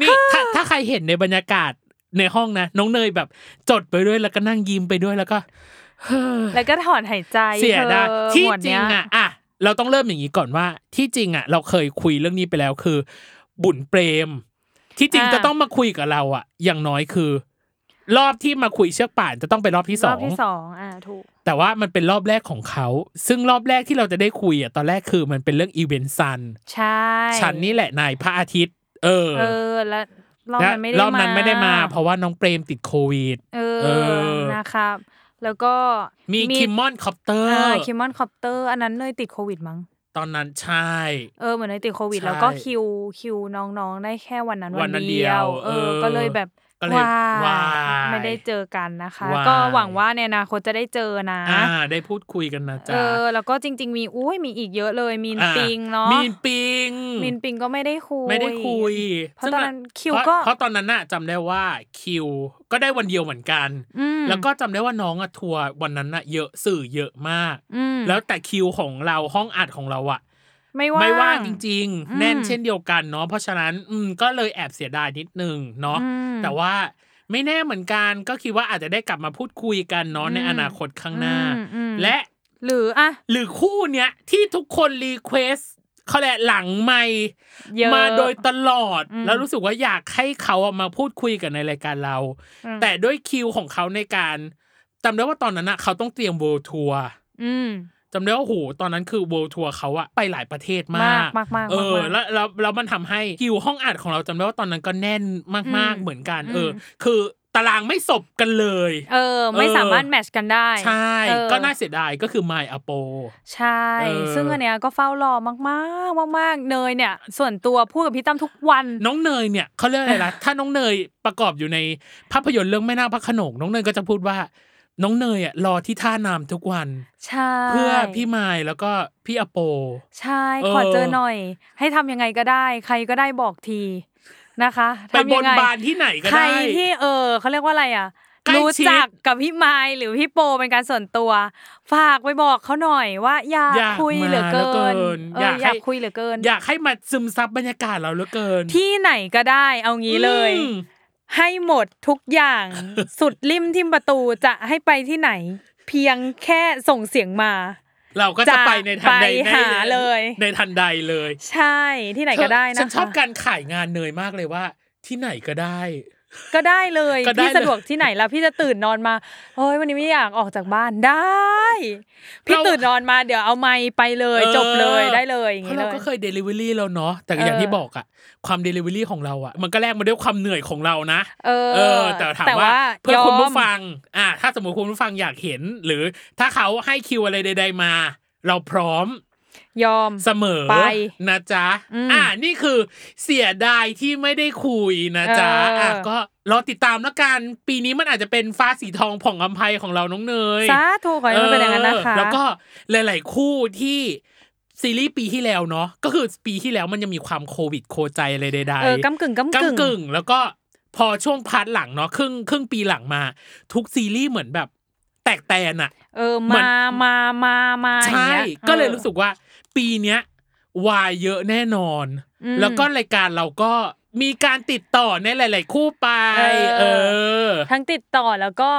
นี่ถ้าถ้าใครเห็นในบรรยากาศในห้องนะ น้องเนยแบบจดไปด้วยแล้วก็นั่งยิ้มไปด้วยแล้วก็ แล้วก็ถอนหายใจ เสียดาย ธอ ที่ หมวด จริ เนี้ ง ย อ่ะอ่ะเราต้องเริ่มอย่างนี้ก่อนว่า ที่จริงอ่ะ เราเคยคุยเรื่องนี้ไปแล้วคือ บุญเปรม ที่จริงจะต้องมาคุยกับเราอ่ะ อย่างน้อยคือ รอบที่มาคุยเชือกป่านจะต้องเป็นรอบที่ส ร อ อบ ง ที่สองอ่าถูก แต่ว่ามันเป็นรอบแรกของเขา ซึ่งรอบแรกที่เราจะได้คุยอ่ะตอนแรกคือมันเป็นเรื่องอีเวนต์ซัน ใช่ ฉันนี่แหละนายพระอาทิตย์ เออ เออแล้วรอบ และ นั้นไม่ได้ รอบนั้น มา ไม่ได้มา เพราะว่าน้องเปรมติดโควิด เอ เอ อ อ นะครับ แล้วก็ มีคิมมอนคอปเตอร์ อ่าคิมมอนคอปเตอร์ อันนั้นเลยติดโควิดมั้ง ตอนนั้นใช่ เออเหมือนเลยติดโควิด ใช่ แล้วก็คิวคิวน้องๆได้แค่วันนั้น วั วัน น นั้น เดียว เดียว เออ เออ ก็เลยแบบ ก็เลย ว้ วาย ไม่ได้เจอกันนะคะ ว้าย ก็หวังว่าในอนาคตจะได้เจอนะ อ่า ได้พูดคุยกันนะ เอ จ๊ะ อ แล้วก็จริง ๆ มีอุ้ยมีอีกเยอะเลยมีน อ่า ปิงเนาะ มีนปิง มีนปิงก็ไม่ได้คุย ไม่ได้คุย เพราะตอนนั้น ซึ่ง คิว เพราะ ก็ เพราะตอนนั้นน่ะจำได้ว่าคิวก็ได้วันเดียวเหมือนกัน อืม แล้วก็จำได้ว่าน้องอะทัวร์วันนั้นน่ะเยอะสื่อเยอะมาก อืม แล้วแต่คิวของเราห้องอัดของเราอะ ไม่ว่าง ไม่ว่างจริง อืม ๆ แน่นเช่นเดียวกันเนาะเพราะฉะนั้นอืมก็เลยแอบเสียดายนิดนึงเนาะ อืม แต่ว่าไม่แน่เหมือนกันก็คิดว่าอาจจะได้กลับมาพูดคุยกันเนาะใน อืม อนาคตข้างหน้า อืมอืม และ หรืออ่ะ หรือคู่เนี้ยที่ทุกคนรีเควสเขาแหละหลังไม่ เยอะ มาโดยตลอด อืม แล้วรู้สึกว่าอยากให้เขาอะมาพูดคุยกันในรายการเรา อืม แต่ด้วยคิวของเขาในการจำได้ว่าตอนนั้นอะเขาต้องเตรียมเวิลด์ทัวร์ อืม จำได้ว่าโหตอนนั้นคือเวิลด์ทัวร์เขาอะไปหลายประเทศมาก มากมากมาก เออ มาก แล้วแล้วแล้วมันทำให้คิวห้องอัดของเราจำได้ว่าตอนนั้นก็แน่นมาก อื ๆ ม เหมือนกัน อืม เออ คือตารางไม่สบกันเลย เออ ไม่ เออ สามารถแมทชกันได้ ใช่ เออ ก็น่าเสียดายก็คือไมอโป ใช่ เออ ซึ่งอันเนี้ยก็เฝ้ารอมากๆมากๆเนยเนี่ย ส่วนตัวพูดกับพี่ตั้มทุกวัน น้องเนยเนี่ยเขาเรียกอะไร <laughs> ล่ะ ถ้าน้องเนยประกอบอยู่ในภาพยนตร์เรื่องแม่นาคพระโขนงน้องเนยก็จะพูดว่า น้องเนยอ่ะรอที่ท่าน้ำทุกวัน ใช่ เพื่อพี่ไมล์แล้วก็พี่อโป ใช่ เออ ขอเจอหน่อย ให้ทำยังไงก็ได้ ใครก็ได้บอกทีนะคะ ไป ทำ บ ยั น งไง บานที่ไหนก็ ใคร ได้ ที่เออเขาเรียกว่าอะไรอ่ะ ใกล้ รู้ ชิ จั ด กกับพี่ไมล์หรือพี่โปเป็นการส่วนตัว ฝากไปบอกเขาหน่อยว่าอยาก อยาก คุยเหลือเกิ มาเหลือเกิ น น เอออย าย าก ก ให้ คุยเหลือเกิน อยากให้มาซึมซับบรรยากาศเราเหลือเกิน ที่ไหนก็ได้เอางี้เลย อืม ให้หมดทุกอย่าง <laughs> สุดริมทิมประตูจะให้ไปที่ไหน เพียงแค่ส่งเสียงมา เราก็จะ จะ ไปในทันใด ไปหาเลย ในทันใดเลย ใช่ที่ไหนก็ได้ ฉั นะ นช คะ อบการขายงานเนยมากเลยว่า ที่ไหนก็ได้ ก็ได้เลย <laughs> ก็ได้ พี่ เลย สะดวกที่ไหนแล้วพี่จะตื่นนอนมาเฮ้ยวันนี้ไม่อยากออกจากบ้านได้ พี่ตื่นนอนมาเดี๋ยวเอาไม้ไปเลยจบเลยได้เลยอย่าง เพ งี้ ราะ เล เรา ย ก็เคยเดลิเวอรี่แล้วเนาะแต่ก็อย่าง เออ ที่บอกอะความเดลิเวอรี่ของเราอะมันก็แลกมาด้วยความเหนื่อยของเรานะ เออ เออแต่ถามว่าเพื่อย คุณผู้ฟัง อ่า ถ้าสมมติคุณผู้ฟังอยากเห็น หรือถ้าเขาให้คิวอะไรใด ๆมา เราพร้อม ยอม เสมอ ไป นะจ๊ะ อืม อ่านี่คือเสียดายที่ไม่ได้คุยนะจ๊ะ เอออ่ อ่ะก็รอติดตามแล้วกันปีนี้มันอาจจะเป็นฟ้าสีทองผ่องอำไพของเราน้องเนย สาธุขอให้มันเป็นอย่างนั้นนะคะ เออแล้วก็หลาย ๆ คู่ที่ซีรีส์ปีที่แล้วเนาะก็คือปีที่แล้วมันยังมีความโควิดโคใจอะไรใดๆ เออกำกึ่งกำกึ่ง กำกึ่ง แล้วก็พอช่วงพาร์ทหลังเนาะครึ่งครึ่งปีหลังมา ทุกซีรีส์เหมือนแบบ แตกแตนอะ เออมามามามา ใช่ อย่างงี้ ก็เลยรู้สึกว่า ปีเนี้ยวายเยอะแน่นอน อืม แล้วก็รายการเราก็มีการติดต่อในหลาย ๆ คู่ไป เออ เออ <laughs> ทั้งติดต่อแล้วก็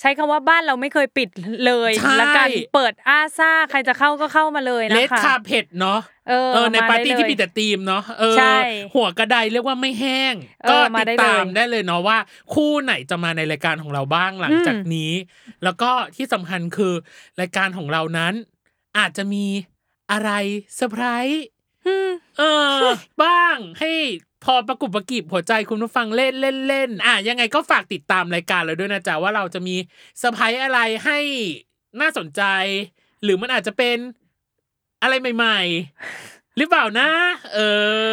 ใช้คำว่าบ้านเราไม่เคยปิดเลย ใช่ และการเปิดอาซ่าใครจะเข้าก็เข้ามาเลย เล นะ ด คะ คาเพ็ดเนาะ เออ เออใน ม ปาร์ตี้ ได้เลย ที่มีแต่ธีมเนาะเออ ใช่ หัวกระไดเรียกว่าไม่แห้ง เออ ก็ มา ติด ได้เลย ตามได้เลยเนาะว่า คู่ไหนจะมาในรายการของเราบ้างหลังจาก อืม นี้ แล้วก็ที่สำคัญคือรายการของเรานั้น อาจจะมีอะไรเซอร์ไพรส์ อืม เออ บ้างให้พอประกุบประกิบหัวใจคุณผู้ฟังเล่นเล่นเล่นอ่ะยังไงก็ฝากติดตามรายการเราด้วยนะจ๊ะว่าเราจะมีเซอร์ไพรส์อะไรให้น่าสนใจ หรือมันอาจจะเป็นอะไรใหม่ ๆ หรือเปล่านะ เอ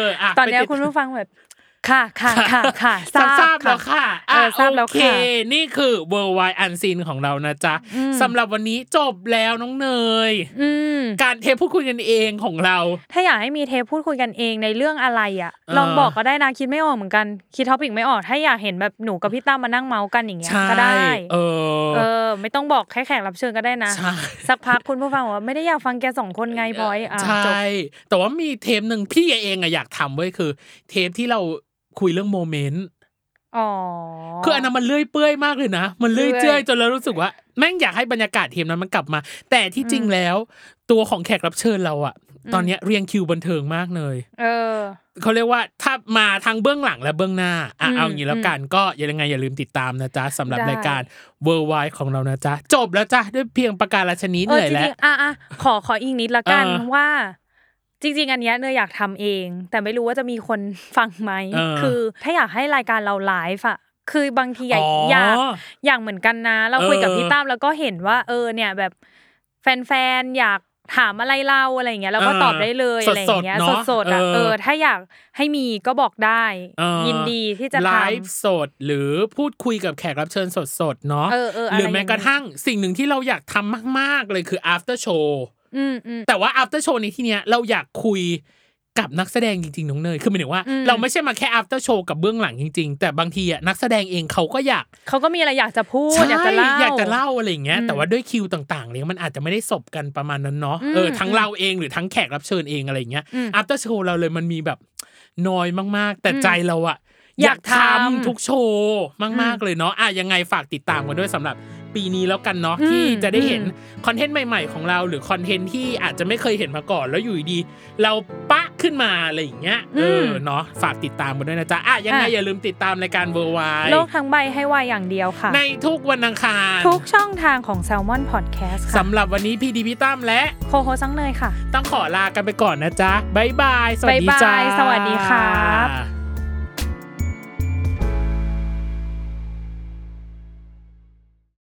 ออ่ะ ตอนเนี้ย ไปด คุณผู้ฟังแบบ ค่ะค่ะค่ะค่ะ <laughs> ททรา ราบบทราบแล้ว ค่ะ ค่ะ เออทราบแล้ว โอเค ค่ะ นี่คือ Worldwide Unseen ของเรานะจ๊ะ อืม สำหรับวันนี้จบแล้วน้องเนย อืม การเทปพูดคุยกันเองของเรา ถ้าอยากให้มีเทปพูดคุยกันเองในเรื่องอะไรอ่ะ เออ ลองบอกก็ได้นะคิดไม่ออกเหมือนกัน คิดท็อปิกไม่ออก ถ้าอยากเห็นแบบหนูกับพี่ตั้มมานั่งเมาส์กันอย่างเงี้ย ใช่ ก็ได้ เออ เออ ไม่ต้องบอกแค่แขกรับเชิญก็ได้นะ ใช่ สักพักคุณผู้ฟังบอกว่าไม่ได้อยากฟังแกสองคนไงบอยอ่ะ ใช จบ่ แต่ว่ามีเทปหนึ่งพี่เองอะอยากทำเว้ยคือ เทปที่เราคุยเรื่องโมเมนต์ อ๋อ คืออันนั้นมันเลื่อยเปื่อยมากเลยนะ มันเลื่อยเจื่อยจนเรารู้สึกว่าแม่งอยากให้บรรยากาศเทมนั้นมันกลับมา แต่ที่จริงแล้ว ตัวของแขกรับเชิญเราอะ อืม ตอนเนี้ยเรียงคิวบันเทิงมากเลย เออ เขาเรียกว่าถ้ามาทางเบื้องหลังและเบื้องหน้าอ่ะ อืม เอาอย่างนี้แล้วกันก็อย่ายังไงอย่าลืมติดตามนะจ๊ะสำหรับ ได้ รายการเวอร์ไวของเรานะจ๊ะจบแล้วจ้ะด้วยเพียงประการาชนีเห เอนื่ออย จ แล้ ริ ว งๆอ่ะอ่ะขอขออีกนิดละกัน เออ ว่า จริง ๆ อันเนี้ยเนยอยากทำเอง แต่ไม่รู้ว่าจะมีคนฟังไหม เออ คือ ถ้าอยากให้รายการเราไลฟ์อะคือบางทีอยาก อ๋อออยาก อย่างเหมือนกันนะ เราคุยกับ เออ พี่ตั้มแล้วก็เห็นว่า เออเนี่ยแบบแฟนๆอยากถามอะไรเราอะไรอย่างเงี้ยเราก็ เออ ตอบได้เลย สดๆ อะไรอย่างเงี้ย เนอะ สดๆอ่ะ เอ เอ อ อ ถ้าอยากให้มีก็บอกได้ เออ ยินดีที่จะ ไล ท ฟ์สดหรือพูดคุยกับแขกรับเชิญสดๆเนาะ ำเออเออ ห อะ รือ ไย่า แม้กระทั่งสิ่งหนึ่งที่เราอยากทำมากๆเลยคือ after show อืมอืม แต่ว่า after show ในที่เนี้ยเราอยากคุยกับนักแสดงจริงๆ น้องเนย คือหมายถึงว่า อืม เราไม่ใช่มาแค่ after show กับเบื้องหลังจริง ๆ แต่บางทีอะนักแสดงเองเขาก็อยาก เขาก็มีอะไรอยากจะพูด อยากจะเล่า ใช่อยากจะเล่าอะไรอย่างเงี้ย อืม แต่ว่าด้วยคิวต่างๆเนี่ยมันอาจจะไม่ได้สบกันประมาณนั้นเนาะ อืม เออ ทั้ง อืม เราเองหรือทั้งแขกรับเชิญเองอะไรอย่างเงี้ย อืม after show เราเลยมันมีแบบน้อยมากๆ แต่ใจเราอะ อยากทำ ทุกโชว์มากๆเลยเนาะอะยังไงฝากติดตามกันด้วยสำหรับปีนี้แล้วกันเนาะ อืม ที่จะได้เห็น อืม คอนเทนต์ใหม่ ๆ ของเรา หรือคอนเทนต์ที่อาจจะไม่เคยเห็นมาก่อนแล้วอยู่ดีๆเราปะขึ้นมาอะไรอย่างเงี้ยเออ ม เนาะฝากติดตามกันด้วยนะจ๊ะอะยังไง อ่ะ อย่าลืมติดตามรายการเวอร์ไว โลกทั้งใบให้วายอย่างเดียวค่ะ ในทุกวันอังคาร ทุกช่องทางของ s ซ l m o n Podcast ค่ะ สำหรับวันนี้พี่ดีพี่ตั้มและ โคโฮซังเนยค่ะ ต้องขอลากันไปก่อนนะจ๊ะบ๊ายบายสวัสดี บ๊ายบาย จ้า สวัสดีครับ